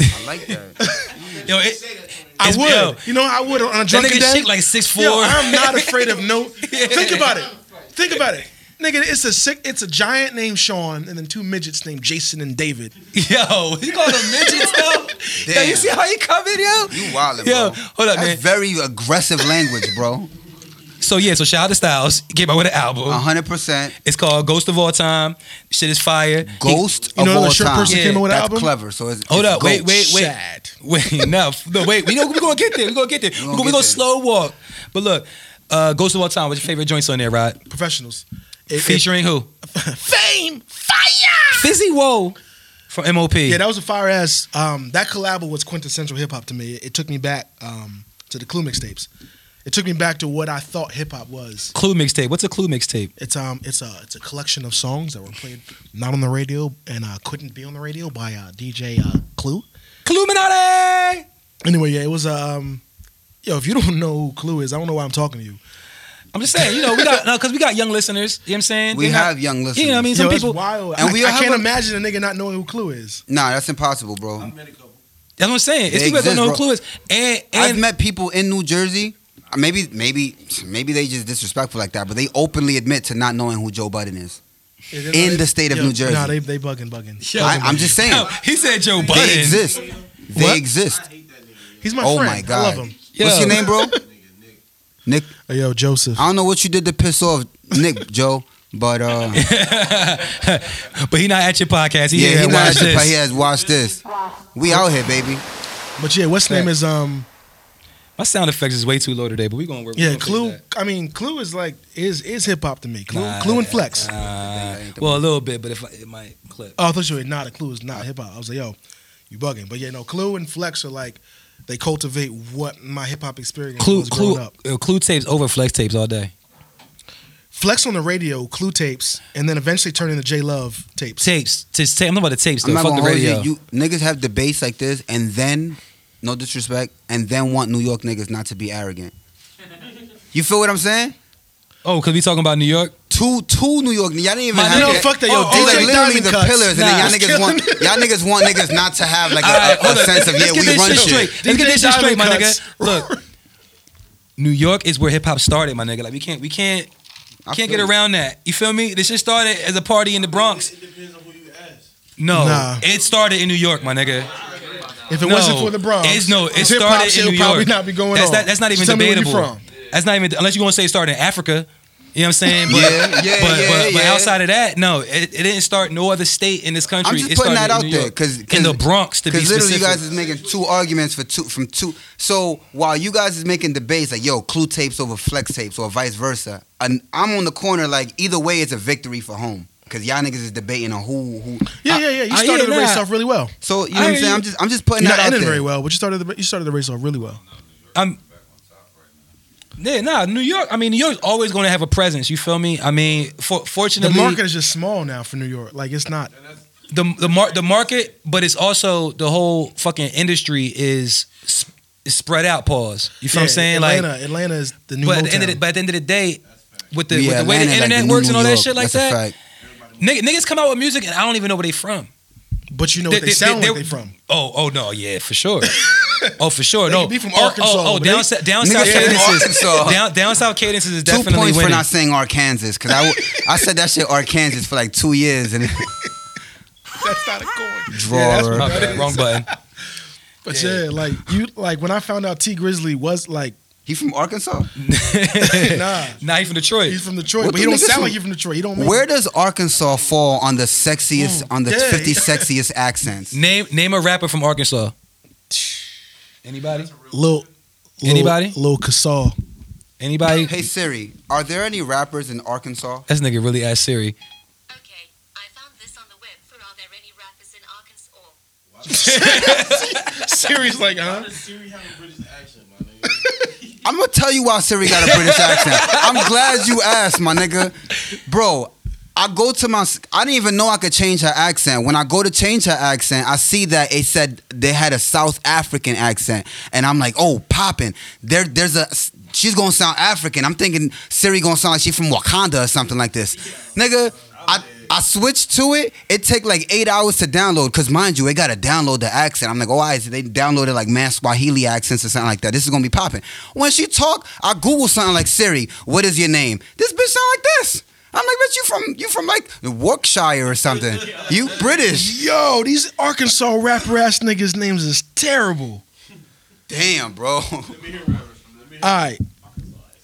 S3: I like that.
S1: yo, it,
S4: Say that to me.
S2: I
S1: It's-
S2: would.
S1: yo,
S2: you know, I would on a
S1: that
S2: drunken
S1: nigga
S2: day.
S1: shit like six four.
S2: Yo, I'm not afraid of no. Think about it. Think about it. Nigga, it's a sick. It's a giant named Sean, and then two midgets named Jason and David.
S1: Yo, he called him midgets though. Yo, you
S3: Damn.
S1: see how he coming, yo?
S3: You wildin',
S1: Yo,
S3: bro.
S1: hold up,
S3: That's
S1: man.
S3: very aggressive language, bro.
S1: So yeah, so shout out to Styles. He Came out with an album.
S3: hundred percent.
S1: It's called Ghost of All Time. Shit is fire. He-
S3: Ghost
S2: You
S3: of
S2: know the
S3: all
S2: shirt
S3: time.
S2: person
S1: came out
S2: with an
S3: That's
S2: album?
S3: clever. So it's,
S1: Hold
S3: it's
S1: up, wait,
S3: Ghost.
S1: wait, wait, wait. No, f- no, wait. We know we gonna get there. We gonna get there. We
S3: gonna
S1: gonna, we
S3: get
S1: gonna
S3: there.
S1: slow walk. But look, uh, Ghost of All Time. What's your favorite joints on there, Rod?
S2: Professionals. It-
S1: Featuring who?
S2: it- fame, fire.
S1: Fizzy Whoa from M.O.P.
S2: Yeah, that was a fire ass. Um, that collab was quintessential hip hop to me. It took me back um, to the Clue mixtapes. It took me back to what I thought hip hop was.
S1: Clue mixtape. What's a Clue mixtape?
S2: It's um, it's a it's a collection of songs that were played not on the radio and uh, couldn't be on the radio by uh, DJ uh, Clue.
S1: Cluminati.
S2: Anyway, yeah, it was um, yo. If you don't know who Clue is, I don't know why I'm talking to you.
S1: I'm just saying, you know, we got no, because we got young listeners. You know what I'm saying?
S3: We
S1: They're not-
S3: have young listeners.
S1: You know what I mean?
S2: Yo,
S1: Some
S2: it's
S1: people.
S2: wild.
S3: And
S2: I,
S3: we
S2: I
S3: have
S2: can't
S3: a-
S2: imagine a nigga not knowing who Clue is.
S3: Nah, that's impossible, bro.
S4: I met a couple.
S1: That's what I'm saying. It's
S3: They
S1: people that don't know who
S3: exist,
S1: Clue is. And
S3: I've
S1: and
S3: met people in New Jersey. Maybe, maybe, maybe they just disrespectful like that, but they openly admit to not knowing who Joe Budden is. In the state of New Jersey.
S2: Nah, they they bugging bugging.
S1: Yo,
S3: I, I'm just saying,
S1: yo, he said Joe Budden.
S3: they exist. They
S1: What?
S3: exist.
S4: I hate that nigga.
S2: He's my
S3: Oh
S2: friend.
S3: my
S2: I
S3: god.
S2: love him.
S1: Yo.
S3: What's your name, bro?
S4: Nigga, Nick.
S3: Nick.
S2: Oh, yo, Joseph.
S3: I don't know what you did to piss off Nick, Joe, but uh,
S1: But he not at your podcast. He
S3: yeah,
S1: yeah,
S3: he,
S1: watch
S3: not
S1: this.
S3: he has watched this. We out here, baby.
S2: But yeah, what's name is um
S1: My sound effects is way too low today, but we gonna work. we
S2: yeah
S1: gonna fix
S2: Clue.
S1: that.
S2: I mean Clue is like is is hip hop to me. Clue,
S1: Nah,
S2: Clue and Flex.
S1: Uh, well, a little bit, but if I, it might clip.
S2: Oh, I thought you were not a Clue is not hip hop. I was like, yo, you bugging. But yeah, no, Clue and Flex are like they cultivate what my hip hop experience
S1: Clue,
S2: was growing
S1: Clue,
S2: up.
S1: uh, Clue tapes over flex tapes all day.
S2: Flex on the radio, Clue tapes, and then eventually turn into J Love tapes.
S1: Tapes, just tape. I'm talking about the tapes.
S3: I'm
S1: Though.
S3: not
S1: Fuck
S3: gonna
S1: the
S3: hold
S1: radio.
S3: you. you. Niggas have debates like this, and then, no disrespect, and then want New York niggas not to be arrogant. You feel what I'm saying?
S1: oh, cause we talking about New York.
S3: Two, two New York. Y'all didn't even
S1: My
S3: have.
S1: nigga-
S2: No,
S3: that.
S2: fuck that, yo,
S3: Oh, oh,
S2: DJ
S3: like literally
S2: Diamond
S3: the
S2: cuts.
S3: pillars, and
S1: Nah,
S3: then y'all
S1: it's
S3: niggas want y'all niggas want niggas not to have like a,
S1: All right,
S3: a, a
S1: hold up.
S3: sense of
S1: Let's
S3: yeah
S1: get
S3: we
S1: this
S3: run
S1: shit
S3: shit.
S1: straight. Let's get this shit straight,
S2: Diamond
S1: my
S2: cuts.
S1: nigga. Look, New York is where hip hop started, my nigga. Like we can't, we can't,
S3: I
S1: can't
S3: feel
S1: get
S3: you.
S1: around that. You feel me? This shit started as a party in the Bronx.
S4: It depends on who you ask.
S1: No,
S2: Nah.
S1: it started in New York, my nigga.
S2: If it
S1: No,
S2: wasn't for the Bronx,
S1: it's- no, it
S2: hip-hop
S1: started
S2: shit
S1: in
S2: would
S1: New
S2: probably
S1: York.
S2: not be going
S1: That's
S2: on.
S1: not, that's not even
S2: Just tell me where you
S1: debatable.
S2: from.
S1: That's not even unless you want to say it started in Africa. You know what I'm saying? But,
S3: Yeah, yeah,
S1: but,
S3: yeah,
S1: but, but
S3: yeah.
S1: outside of that, no, it, it didn't start no other state in this country.
S3: I'm just
S1: It
S3: putting
S1: started
S3: that
S1: in
S3: out
S1: New
S3: there
S1: York.
S3: because
S1: in the Bronx to be
S3: Because literally,
S1: specific.
S3: you guys is making two arguments for two from two. So while you guys is making debates like yo, clue tapes over flex tapes or vice versa, and I'm on the corner like either way, it's a victory for home because y'all niggas is debating on who who.
S2: Yeah, yeah, yeah. You
S1: I- I-
S2: started
S1: yeah,
S2: the race
S1: nah.
S2: off really well.
S3: So you know what
S1: I-
S3: I'm saying? I'm just I'm just putting
S2: You're
S3: that out
S2: not ending
S3: there.
S2: very well, but you started the you started the race off really well.
S1: yeah, nah, New York. I mean, New York's always going to have a presence. You feel me? I mean, for,
S2: The
S1: fortunately,
S2: market is just small now for New York. Like it's not.
S1: the the, mar- the market, but it's also the whole fucking industry is, sp- is spread out. Pause. You feel what I'm saying? like
S2: Atlanta, Atlanta is the new.
S1: but at
S2: But
S1: the end of the, but at the end of the day, with the
S3: Yeah,
S1: with the way
S3: Atlanta,
S1: the
S3: like,
S1: internet
S3: new
S1: works and
S3: New
S1: all that
S3: York.
S1: shit like
S3: That's a
S1: that,
S3: fact.
S1: niggas, niggas come out with music and I don't even know where they from.
S2: but you know what
S1: They-
S2: they,
S1: they-
S2: sound
S1: they-
S2: like they from.
S1: Oh, oh no, yeah, for sure. oh, for sure.
S2: They
S1: no,
S2: could be from
S1: Oh, oh,
S2: Arkansas,
S1: Oh,
S2: but
S1: down,
S2: they-
S1: sa- down
S3: Niggas
S1: south
S3: from
S1: cadences.
S3: Arkansas.
S1: down down south cadences is
S3: Two
S1: definitely
S3: points for
S1: winning.
S3: not saying Arkansas because I, w- I said that shit Arkansas for like two years and
S2: That's not a coin.
S3: drawer.
S2: that's what
S1: My bad, wrong button.
S2: But yeah. like you, like when I found out T Grizzly was like,
S3: he from Arkansas?
S2: nah,
S1: Now he from Detroit.
S2: he's from Detroit,
S3: What
S2: but he
S3: the
S2: don't
S3: niggas
S2: sound
S3: from-
S2: like he's from Detroit. He don't. Make
S3: Where does Arkansas fall on the sexiest on the
S2: yeah.
S3: 50 sexiest accents?
S1: name name a rapper from Arkansas. Anybody?
S2: Lil, Lil,
S1: Anybody?
S2: Lil Casal.
S1: Anybody?
S3: Hey Siri, are there any rappers in Arkansas?
S1: This nigga really asked Siri.
S6: Okay, I found this on the web for are there any rappers in Arkansas?
S2: Siri's like,
S4: How
S2: huh?
S4: does Siri have a British accent, my nigga?
S3: I'm gonna tell you why Siri got a British accent. I'm glad you asked, my nigga. Bro, I go to my. I didn't even know I could change her accent. When I go to change her accent, I see that it said they had a South African accent, and I'm like, oh, popping. There, there's a. She's gonna sound African. I'm thinking Siri gonna sound like she from Wakanda or something like this, nigga. I, I switched to it. It take like eight hours to download, cause mind you, they gotta download the accent. I'm like, oh, I they downloaded like mass Swahili accents or something like that. This is gonna be popping. When she talk, I Google something like Siri, what is your name? This bitch sound like this. I'm like, bitch, you from you from like Yorkshire or something? You British?
S2: Yo, these Arkansas rapper ass niggas' names is terrible.
S3: Damn, bro.
S4: Let me hear rappers from. Let me hear.
S2: All right,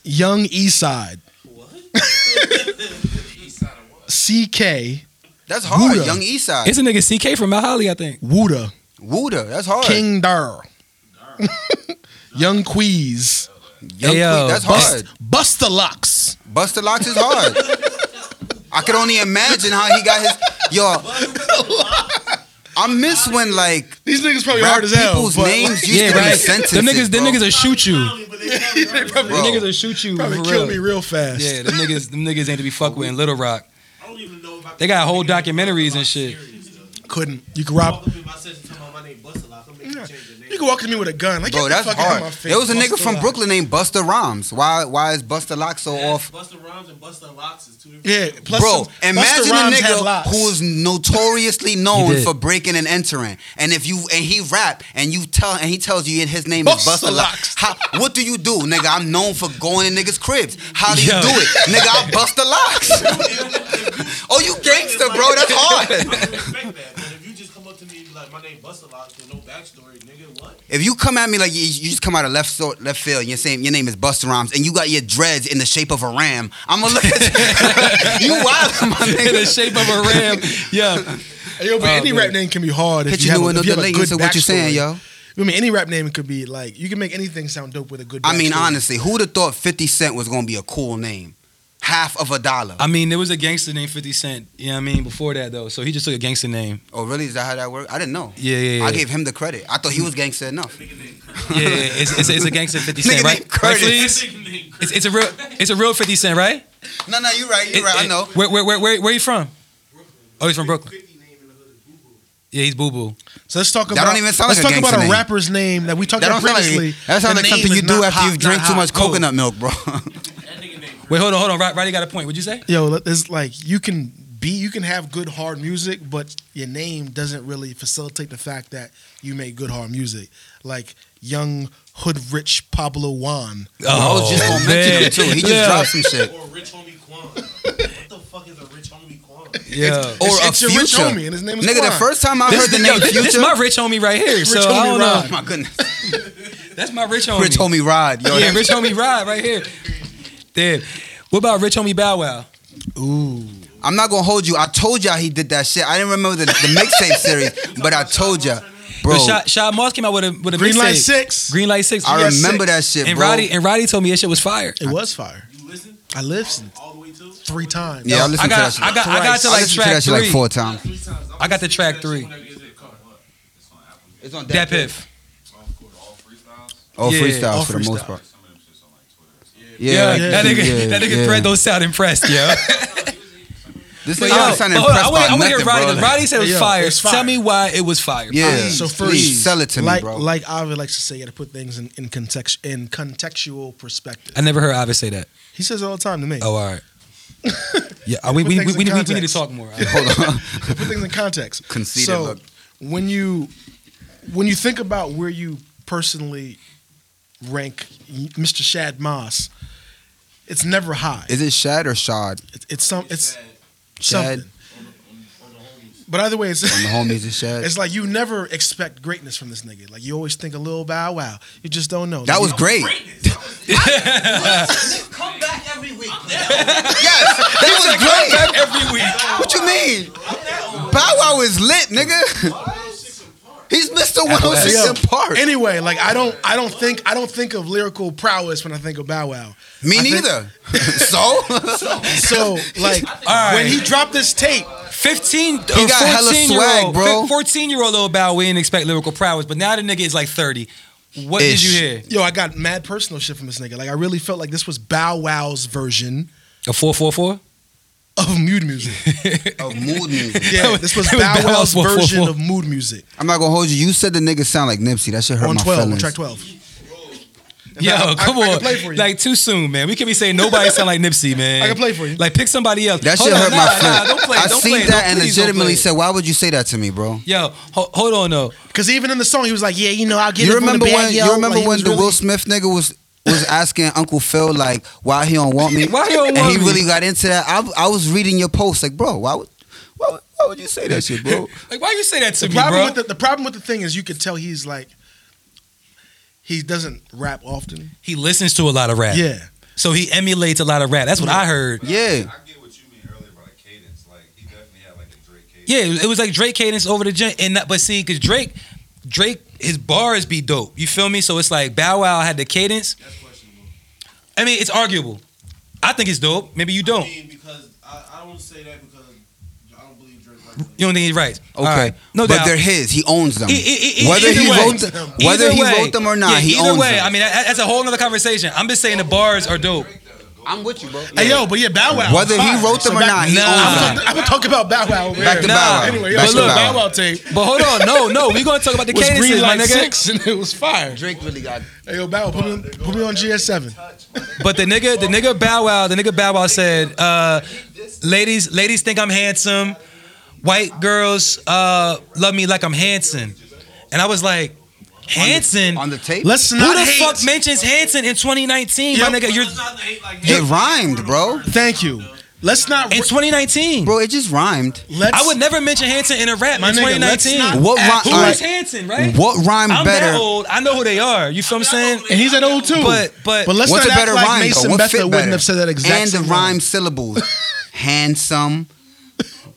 S2: Young Eastside,
S4: East side of what?
S2: CK,
S3: That's hard.
S2: Buddha.
S3: Young Eastside.
S1: It's a nigga CK from Mount Holly, I think.
S2: Wuda,
S3: Wooda. That's hard.
S2: King Dar, Young Queez,
S3: Young
S1: Hey, yo.
S3: Queen, That's
S2: Bust,
S3: hard.
S2: Busta Locks.
S3: Buster Locks is hard. I could only imagine how he got his yo. I miss when like
S2: These niggas probably
S3: rap
S2: hard as hell.
S3: people's
S2: but-
S3: names used
S1: Yeah,
S3: to be
S1: right.
S3: sentences.
S1: Them niggas, them
S3: bro.
S1: niggas will shoot you.
S4: Probably, but they probably rappers.
S1: Them
S3: Bro.
S1: niggas will shoot you.
S2: probably
S1: for
S2: kill
S1: real.
S2: me real fast.
S1: Yeah, them niggas, them niggas ain't to be fucked with in Little Rock.
S4: I don't even know if I
S1: They got whole documentaries and shit.
S2: Couldn't. You could rob.
S4: Walk up in my session, talking about my name Busta Lock. I'm making you change your name.
S2: You could walk to me with a gun. Like,
S3: Bro,
S2: get the
S3: that's
S2: fuck out of my
S3: hard.
S2: face,
S3: There was a nigga
S2: Busta
S3: from
S2: Locks.
S3: Brooklyn named Buster Rhymes. Why? Why is Buster Locks so
S4: That's
S3: off?
S4: Busta Rhymes and Busta Locks is two different.
S2: Yeah,
S4: people.
S2: plus
S3: Bro,
S2: some- Busta
S3: imagine
S2: Rhymes
S3: a
S2: had
S3: nigga
S2: locks.
S3: who is notoriously known
S1: did.
S3: for breaking and entering, and if you and he rap and you tell and he tells you his name is
S2: Busta
S3: Buster
S2: Locks.
S3: Locks. How, what do you do, nigga? I'm known for going in niggas' cribs. How do you
S1: Yo.
S3: do it, nigga? I bust the locks. oh, you gangster, bro? That's hard.
S4: I can respect that, but if you just come up to me and be like, my name Busta Locks with no backstory, nigga, what?
S3: If you come at me like you, you just come out of left so, left field, and you're saying your name is Buster Rhymes, and you got your dreads in the shape of a ram, I'm gonna look at you. you wild, my
S1: In the
S3: nigga.
S1: shape of a ram. Yeah.
S2: Yo, but
S1: Oh,
S2: any
S1: man.
S2: rap name can be hard if
S3: Hit
S2: you,
S3: you
S2: have,
S3: new
S2: a,
S3: and
S2: if you have a
S3: lane.
S2: good
S3: So what you saying,
S2: backstory.
S3: yo?
S2: I mean, any rap name could be like you can make anything sound dope with a good.
S3: I mean,
S2: backstory.
S3: honestly, who'd have thought 50 Cent was gonna be a cool name? Half of a dollar.
S1: I mean, there was a gangster named 50 Cent, you know what I mean, before that, though. So he just took a gangster name.
S3: oh, really? Is that how that worked? I didn't know.
S1: Yeah, yeah, yeah.
S3: I gave him the credit. I thought he was gangster enough.
S1: Yeah, yeah, yeah. It's, it's, a, it's a gangster 50
S3: Nigga
S1: Cent, right?
S3: named Curtis.
S1: Right, please? It's, it's, a real, it's a real 50 Cent, right?
S3: No, no, you're right. You're
S1: It-
S3: right. I
S1: it-
S3: know.
S1: Where, where, where, where, where you from? Oh, he's from Brooklyn. Yeah, he's Boo Boo.
S2: so let's talk about.
S3: That don't even sound
S2: let's
S3: like a
S2: talk about
S3: gangsta
S2: a
S3: name.
S2: rapper's name that we talked
S3: That
S2: about
S3: don't sound
S2: previously.
S3: like that sounds
S2: The
S3: like
S2: name
S3: something
S2: is
S3: you do
S2: not
S3: after
S2: hot,
S3: you've drank
S2: not
S3: too
S2: hot. Oh.
S3: much coconut milk, bro.
S4: That nigga named
S1: Wait, hold on, hold on. Roddy got a point. What'd you say?
S2: Yo, let- it's like you can be, you can have good hard music, but your name doesn't really facilitate the fact that you make good hard music. Like young hood rich Pablo Juan.
S3: I was just gonna mention him too. He just
S1: yeah.
S3: dropped some shit.
S4: or Rich Homie Quan. what the fuck is a Rich Homie Quan?
S1: Yeah.
S3: Or
S2: It's-
S3: a
S2: it's your
S3: future.
S2: rich homie, and his name is
S3: Nigga, the
S2: Quan.
S3: first time I
S1: This,
S3: heard the name
S1: yo, this,
S3: Future. oh
S1: this my rich homie right here. so
S2: homie
S1: I don't know.
S2: Rod.
S3: my goodness.
S1: That's my rich homie.
S3: Rich homie Rod. Yo,
S1: Yeah,
S3: that's-
S1: rich homie Rod right here. Damn. What about rich homie Bow Wow?
S3: I'm not gonna hold you. I told y'all he did that shit. I didn't remember the, the mixtape series, but I told ya, bro.
S1: Yo, Sha, Sha Moss came out with a with a
S2: Green Light
S1: mixtape.
S2: Six.
S1: Green Light Six.
S3: I
S1: yeah.
S3: remember that shit,
S1: And
S3: bro.
S1: Roddy and Roddy told me that shit was fire.
S2: It was fire.
S4: You listen
S2: I listened
S4: all the way to
S2: three times.
S3: yeah, I listened
S1: I
S3: to that
S1: got
S3: shit.
S1: I got I got to
S2: Christ.
S3: I
S1: like
S3: listened to
S1: track
S3: that shit like
S1: three.
S3: four times.
S4: three times.
S1: I got the track three.
S3: It's on
S1: That piff.
S3: Oh,
S1: Yeah.
S3: freestyles
S2: All
S3: for the most
S2: freestyle.
S3: part.
S1: Yeah,
S3: Yeah,
S1: that nigga
S3: yeah,
S1: that nigga
S3: yeah.
S1: Thread don't sound impressed, yo.
S3: This
S1: But
S3: nigga
S1: yo,
S3: don't sound
S1: but
S3: impressed
S1: hold on, I wanna, I
S3: by
S1: wanna
S3: nothing,
S1: hear Roddy.
S3: bro.
S1: 'cause Roddy said it was
S2: Yo,
S1: fire.
S2: it's fire.
S1: Tell me why it was fire.
S3: Yeah,
S2: So
S3: so
S2: first-
S3: please sell it to me,
S2: like,
S3: bro.
S2: like Avi likes to say, you got to put things in, in context in contextual perspective.
S1: I never heard Avis say that.
S2: He says it all the time to me.
S1: Oh, all right. Yeah, uh, we, we, we,
S2: things
S1: we,
S2: in
S1: we need to
S2: context.
S1: talk more.
S3: Hold on.
S2: Put things in context.
S3: Conceited
S2: So
S3: look.
S2: when you when you think about where you personally rank Mr. Shad Moss, it's never high.
S3: Is it Shad or Shad?
S2: It's, it's some. It's
S3: Shad?
S2: something. But either way, it's.
S3: The homies is Shad.
S2: It's like you never expect greatness from this nigga. Like you always think a little bow wow. You just don't know.
S3: That was great.
S4: Come back every week.
S3: Yes, that was great.
S1: every week.
S3: What you mean? Bow Wow is lit, nigga. He's Mr. 106 in Park.
S2: Anyway, like I don't, I don't think, I don't think of lyrical prowess when I think of Bow Wow.
S3: Me
S2: I think-
S3: neither. so
S2: So like
S1: right.
S2: when he dropped this tape,
S1: 15 or
S3: got hella
S1: 14 year
S3: swag,
S1: old,
S3: bro.
S1: 14 year old little bow, we didn't expect lyrical prowess, but now the nigga is like 30. What did
S3: Ish.
S1: you hear?
S2: yo, I got mad personal shit from this nigga. Like I really felt like this was Bow Wow's version
S1: A 444?
S2: of mood music.
S3: Of mood music.
S2: Yeah, this was
S1: It was Bow
S2: Bow Wow's
S1: Wow's Woof, Woof,
S2: version
S1: Woof.
S2: of mood music
S3: I'm not gonna hold you. You said the nigga sound like Nipsey. That shit hurt
S2: on
S3: my
S2: 12, on
S3: feelings.
S2: track 12.
S1: Yo,
S2: I- I-
S1: come
S2: I can
S1: on.
S2: play for you.
S1: Like too soon, man. We can be saying nobody sound like Nipsey, man.
S2: I can play for you.
S1: Like pick somebody else.
S3: That
S1: Hold
S3: shit
S1: on,
S3: hurt
S1: nah,
S3: my
S1: nah,
S3: feelings.
S1: don't play.
S3: I
S1: don't
S3: seen
S1: play.
S3: that
S1: Don't-
S3: and
S1: please don't
S3: legitimately
S1: play.
S3: said, "Why would you say that to me, bro?"
S1: Yo, ho- hold on though.
S2: Because even in the song, he was like, "Yeah, you know, I'll get
S3: you
S2: it from
S3: remember
S2: the bag,
S3: when
S2: yo."
S3: you remember
S2: Like, he
S3: when
S2: was
S3: the
S2: really-
S3: Will Smith nigga was was asking Uncle Phil like why he don't want me?
S1: Why he don't
S3: and
S1: want
S3: he
S1: me?
S3: really got into that. I, I was reading your post like, bro, why would why would, why would you say that shit, bro?
S1: Like why you say that to
S2: the
S1: me,
S2: problem
S1: bro?
S2: with the, the problem with the thing is you could tell he's like he doesn't rap often.
S1: he listens to a lot of rap.
S2: Yeah,
S1: So he emulates a lot of rap. That's what I heard.
S3: yeah,
S7: I get what you mean earlier about a cadence. Like he definitely had like a Drake cadence.
S1: Yeah, it was- it was like Drake cadence over the joint, and not, but see, because Drake, Drake, his bars be dope. You feel me? So it's like Bow Wow had the cadence.
S4: That's questionable.
S1: I mean, it's arguable. I think it's dope. Maybe you
S4: I
S1: don't.
S4: mean, because I, I don't say that because I don't believe Drake writes.
S1: You don't think he's right?
S3: okay,
S1: All right. No
S3: but
S1: doubt.
S3: they're his. He owns them.
S1: E- e- e-
S3: Um, whether
S1: either
S3: he
S1: way.
S3: wrote them, whether
S1: Either
S3: he
S1: way.
S3: wrote them or not,
S1: Yeah,
S3: he
S1: either
S3: owns
S1: way,
S3: them.
S1: I mean, that, that's a whole nother conversation. I'm just saying the bars are dope.
S3: I'm with you, bro.
S2: Hey, yo, but yeah, Bow Wow.
S3: Whether he
S2: fire.
S3: wrote them or
S2: back-
S3: not, he
S1: Nah.
S3: owns
S2: I'm
S3: them.
S2: gonna talk about Bow Wow. over
S3: Back
S2: here.
S3: to Bow Wow.
S2: Anyway,
S3: Back
S2: yo,
S3: to
S2: look,
S3: Bow
S2: Bow
S3: Wow.
S2: Wow tape
S1: But hold on, no, no, we're gonna talk about the
S2: was
S1: cadence,
S2: green
S1: my
S2: like
S1: nigga.
S2: six, and it was fire.
S3: Drake really got
S2: Hey, yo, Bow Wow, put me, put me on GS7.
S1: But the nigga, the nigga Bow Wow, the nigga Bow Wow said, uh, "Ladies, ladies think I'm handsome. White girls uh, love me like I'm Hanson." And I was like, "Hanson?
S3: on the tape.
S2: Let's
S1: Who
S2: not
S1: the
S2: hate.
S1: fuck mentions Hanson in 2019, my
S2: Yep.
S1: nigga? You're
S3: it rhymed, bro.
S2: Thank you. Let's not.
S1: in 2019.
S3: Bro, it just rhymed.
S2: Let's.
S1: I would never mention Hanson in a rap
S2: My
S1: in
S2: nigga, let's
S1: 2019.
S2: not-
S3: What
S2: Act-
S1: Who
S3: rhymed?
S1: is Hanson, right?
S3: What rhymed
S1: I'm that
S3: better?
S1: old. I know who they are. You feel what I'm saying?
S2: and he's at old too.
S1: But but,
S2: But let's
S3: What's a
S2: not act
S3: better
S2: like
S3: rhyme
S2: Mason
S3: though? What
S2: Bethel
S3: fit
S2: wouldn't
S3: better?
S2: have said that exact
S3: And
S2: same
S3: the
S2: word.
S3: rhyme syllables, handsome,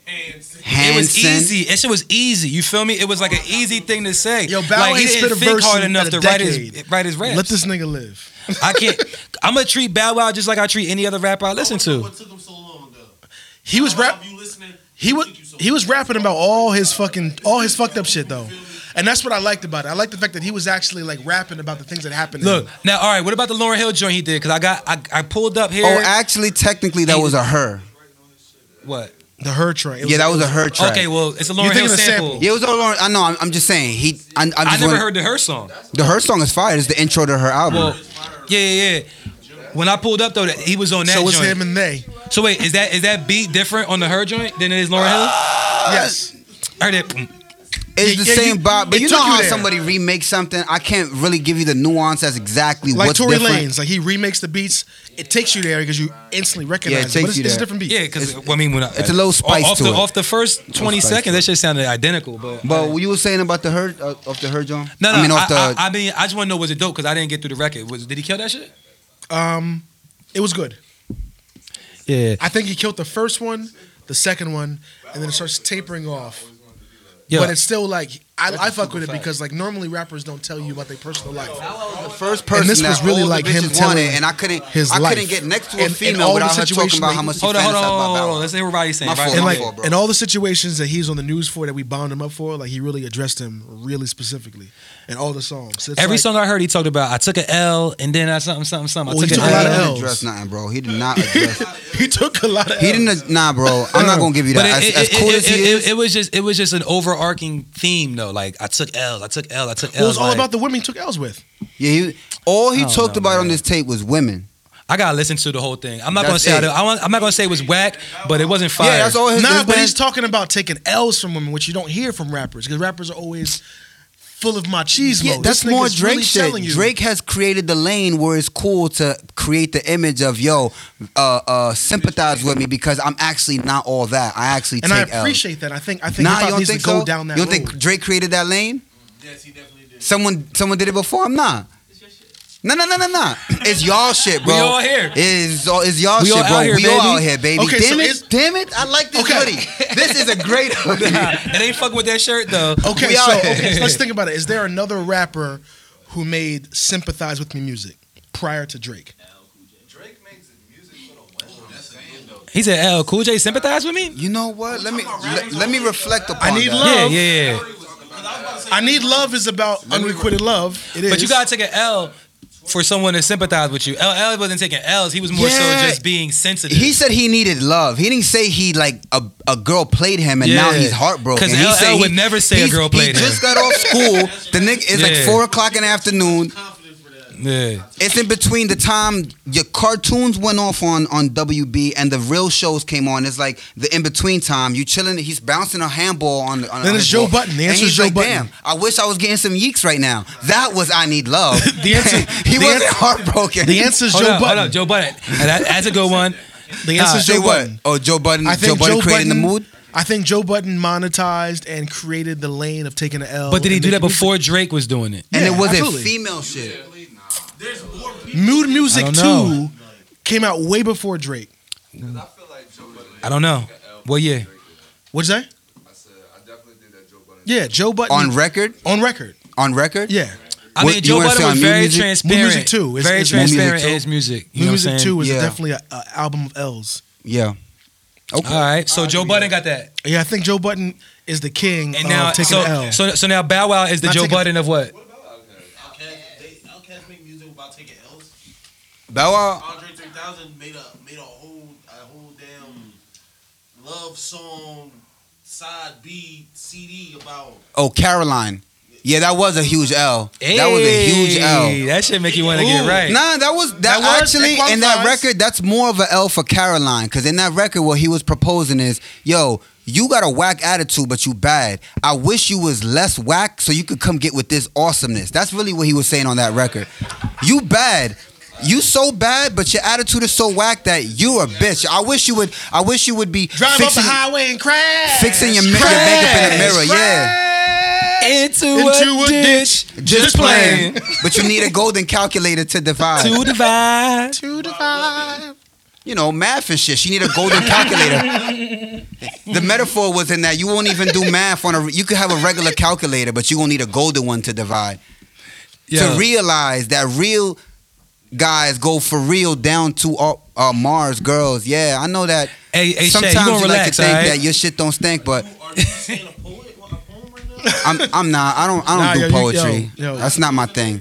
S1: it was
S3: handsome.
S1: easy. That shit was easy. You feel me? It was like an easy thing to say.
S2: Yo, Bow
S1: like,
S2: ain't spit a verse in a
S1: write
S2: decade.
S1: his write his raps.
S2: Let this nigga live.
S1: I can't. I'm gonna treat Bow Wow just like I treat any other rapper I listen to.
S4: What took him so long though?
S2: He was rap.
S4: You listening?
S2: He was he was rapping about all his fucking all his fucked up shit though, and that's what I liked about it. I liked the fact that he was actually like rapping about the things that happened. to
S1: Look
S2: him.
S1: now, all right. What about the Lauren Hill joint he did? Because I got I, I pulled up here.
S3: Oh, actually, technically, that was a her.
S1: what?
S2: the her train. It
S3: Yeah, that was a her track.
S1: Okay, well it's a Lauren
S2: You're
S1: Hill
S2: thinking the
S1: sample.
S2: sample.
S3: Yeah, it was all. I know. I'm, I'm just saying. He. I, I'm just
S1: I never
S3: wanna-
S1: heard the her song.
S3: The her song is fire. It's the intro to her album.
S1: Well, yeah, yeah, yeah. When I pulled up though, that he was on that
S2: So it's
S1: joint.
S2: him and they.
S1: so wait, is that is that beat different on the her joint than it is Lauren Hill? I
S2: Yes.
S1: heard that.
S3: it's
S2: yeah,
S3: the
S2: yeah,
S3: same
S2: you-
S3: vibe.
S2: it
S3: But you
S2: took
S3: know
S2: you
S3: how
S2: there.
S3: somebody remakes something, I can't really give you the nuance as exactly
S2: Like
S3: what's
S2: Tory
S3: different.
S2: Lanez, like he remakes the beats. It takes you there because you instantly recognize.
S3: Yeah, it
S2: it,
S3: takes
S2: but it's,
S3: you
S2: it's a
S3: there.
S2: different beat.
S1: Yeah, because I mean, when I,
S3: it's a little spice
S1: off
S3: to
S1: the,
S3: it.
S1: Off the first twenty
S3: spice to
S1: seconds, that
S3: it.
S1: shit sounded identical. But
S3: But what you were saying about the her uh, of the her John?
S1: no, no,
S3: I mean, off
S1: I,
S3: the
S1: I mean, I just want to know was it dope because I didn't get through the record. Was did he kill that shit?
S2: Um, it was good.
S1: Yeah,
S2: I think he killed the first one, the second one, and then it starts tapering off.
S1: yeah.
S2: But it's still like I, I fuck with it because like normally rappers don't tell you about their personal life.
S3: the first person.
S2: this
S3: that
S2: was really
S3: all the
S2: like him
S3: bitches
S2: telling
S3: wanted, and I couldn't.
S2: his
S3: I
S2: life.
S3: couldn't get next to a
S2: And- and all
S3: female
S2: the
S3: without her talking
S2: situations
S3: about
S2: that
S3: how
S2: he-
S3: much. she
S1: hold on, hold
S3: fantasized
S1: on,
S3: about
S1: hold on,
S3: Bow
S1: hold
S3: Wow.
S1: on. Let's hear what Roddy's saying.
S3: My
S1: right?
S3: fault,
S2: and
S1: Now.
S3: my
S2: like
S3: fault, bro.
S2: and all the situations that he's on the news for that we bound him up for, like he really addressed him really specifically in all the songs. It's
S1: Every
S2: like,
S1: song I heard, he talked about I took an L and then I something something something.
S2: Well,
S1: I
S2: he
S1: took
S2: took
S1: an
S2: a lot
S1: L.
S3: Oh,
S2: of
S3: He
S2: L's.
S3: didn't address nothing, bro. He did not address.
S2: he took a lot of.
S3: he
S2: L's.
S3: didn't. Nah, bro. I'm not gonna give you that.
S1: But
S3: As,
S1: it,
S3: as
S1: it-
S3: cool
S1: it-
S3: as he
S1: it-
S3: is,
S1: it- it was just it was just an overarching theme though. Like I took L, I took L, I took L.
S2: Well, it was all about the women he took L's with.
S3: yeah. He, all he
S1: I don't
S3: talked
S1: know,
S3: about on
S1: man.
S3: this tape was women.
S1: I gotta listen to the whole thing. I'm not
S3: That's
S1: gonna say I
S3: it.
S1: don't- I want, I'm not gonna say it was whack, but it wasn't fire.
S3: Yeah, that's all his.
S2: Nah,
S3: his
S2: but
S3: band-
S2: he's talking about taking L's from women, which you don't hear from rappers because rappers are always full of machismo.
S3: Yeah, that's
S2: This nigga's
S3: more Drake
S2: really telling
S3: shit.
S2: you.
S3: Drake has created the lane where it's cool to create the image of yo, uh, uh, sympathize with me because I'm actually not all that. I actually
S2: and I
S3: take
S2: appreciate that. I think I
S3: L's.
S2: think
S3: Nah,
S2: hip
S3: you
S2: hop
S3: don't
S2: needs
S3: think
S2: to go
S3: so?
S2: down that
S3: you
S2: road.
S3: don't think Drake created that lane?
S4: Yes, he definitely did.
S3: Someone, someone did it before. I'm not. No, no, no, no, no. It's y'all shit, bro.
S1: We all here.
S3: It's, all- it's y'all
S1: We
S3: shit,
S1: all out
S3: bro.
S1: here,
S3: we all
S1: baby.
S3: out here, baby.
S2: Okay,
S3: damn
S2: so it's-
S3: it, damn it. I like this
S2: Okay.
S3: hoodie. This is a great hoodie.
S1: it ain't fucking with that shirt though.
S2: Okay,
S3: We
S2: so,
S3: out.
S2: okay, so let's think about it. Is there another rapper who made "Sympathize with Me" music prior to Drake?
S7: Drake makes music for the women. That's saying though.
S1: He said, "L, Cool J, sympathize with me."
S3: You know what? Let me let, let me reflect upon
S2: I need
S3: that.
S2: love.
S1: Yeah, yeah, yeah.
S2: I need love is about unrequited love. It is.
S1: But you gotta take an L for someone to sympathize with you. L, L wasn't taking L's. He was more so
S3: Yeah.
S1: just being sensitive.
S3: He said he needed love. He didn't say he like a, a girl played him and now
S1: Yeah.
S3: he's heartbroken.
S1: 'Cause
S3: he
S1: LL
S3: said
S1: would never say a
S3: he's-
S1: girl played
S3: he
S1: him.
S3: just got off school. The nigga it's like
S1: Yeah.
S3: four o'clock in the afternoon.
S4: Confident for that.
S1: yeah.
S3: It's in between the time your cartoons went off on on WB and the real shows came on. It's like the in between time. You chilling. He's bouncing a handball on. on
S2: Then
S3: on
S2: it's
S3: his
S2: Joe
S3: ball.
S2: Button. The
S3: And
S2: answer is
S3: he's
S2: Joe
S3: like,
S2: Button.
S3: Damn, I wish I was getting some yeeks right now. That was I need love.
S2: The answer-
S3: he
S2: the
S3: wasn't
S2: answer-
S3: heartbroken.
S2: The answer is
S1: Hold
S2: Joe
S1: up, hold
S2: Button.
S1: up, Joe Button. And that- that's a good one.
S2: The answer is
S3: Say
S2: Joe
S3: what?
S2: Button.
S3: Oh, Joe Button.
S2: I think
S3: Joe Button creating the mood.
S2: I think Joe Button monetized and created the lane of taking an L.
S1: But did he
S2: and
S1: do that
S2: making music.
S1: before Drake was doing it?
S3: And
S2: Yeah,
S3: it wasn't
S2: absolutely.
S3: female shit.
S4: There's more people.
S2: Mood
S1: I
S2: Music
S1: don't
S2: Two
S1: know.
S2: came out way before Drake.
S7: Because I feel like Joe Budden.
S1: I don't know. Well, yeah.
S2: What'd you say?
S7: I said I definitely think that Joe Budden.
S2: Yeah, Joe Button
S3: On record?
S2: on record.
S3: On record?
S2: Yeah,
S1: I
S3: What-
S1: mean,
S3: you
S1: Joe
S3: wanna say
S1: Button
S3: on
S1: was
S3: New
S1: very
S3: Music? New
S1: transparent.
S2: Music too. It's-
S1: very
S2: it's New
S3: Music
S1: transparent
S3: too.
S1: in his music. You
S2: Mood
S1: know what I'm
S2: Music
S1: saying?
S2: Two is
S3: Yeah.
S2: definitely an album of L's.
S3: Yeah. Okay.
S1: All right. So
S3: I'll
S1: Joe
S3: give you
S1: Budden got that.
S2: Yeah, I think Joe Button is the king
S3: Oh,
S1: And now,
S2: of taking an
S1: so,
S2: L.
S1: so so now Bow Wow is the
S2: Not
S1: Joe
S2: taking-
S1: Budden of what?
S7: What about Outkast?
S4: Outkast, they Outkast make music about taking L's.
S3: Bow Wow.
S4: Andre 3000 made a made a whole a whole damn
S7: Mm.
S4: love song side B CD about
S3: Oh, Caroline. Yeah, that was a huge L. That was a huge
S1: Hey,
S3: L.
S1: That should make you want to get
S2: Ooh.
S1: right.
S3: Nah, that was that,
S2: That was-
S3: actually
S2: it
S3: in that
S2: qualifies.
S3: record. That's more of a L for Caroline because in that record, what he was proposing is, yo, you got a whack attitude, but you bad. I wish you was less whack so you could come get with this awesomeness. That's really what he was saying on that record. You bad. You so bad, but your attitude is so whack that you a bitch. I wish you would. I wish you would be
S2: Drive
S3: fixing,
S2: up the highway and crash.
S3: fixing your, mi- your makeup in the mirror. Yeah.
S1: Into,
S2: Into a ditch.
S3: Just
S1: playing.
S3: playing. but you need a golden calculator to divide.
S1: To divide.
S2: Two to five.
S3: you know, math and shit. She need a golden calculator. the metaphor was in that you won't even do math on a. You could have a regular calculator, but you won't need a golden one to divide. To realize that real guys go for real down to uh, uh, Mars girls. Yeah, I know that.
S1: hey, hey, Shay,
S3: sometimes
S1: you gonna
S3: like
S1: relax,
S3: to think
S1: all right?
S3: that your shit don't stink, but
S4: are you saying a poet a poem right now?
S3: I'm I'm not. I don't
S2: Nah,
S3: I don't
S2: yo,
S3: do
S2: you- yo,
S3: poetry.
S2: yo.
S3: That's not my thing.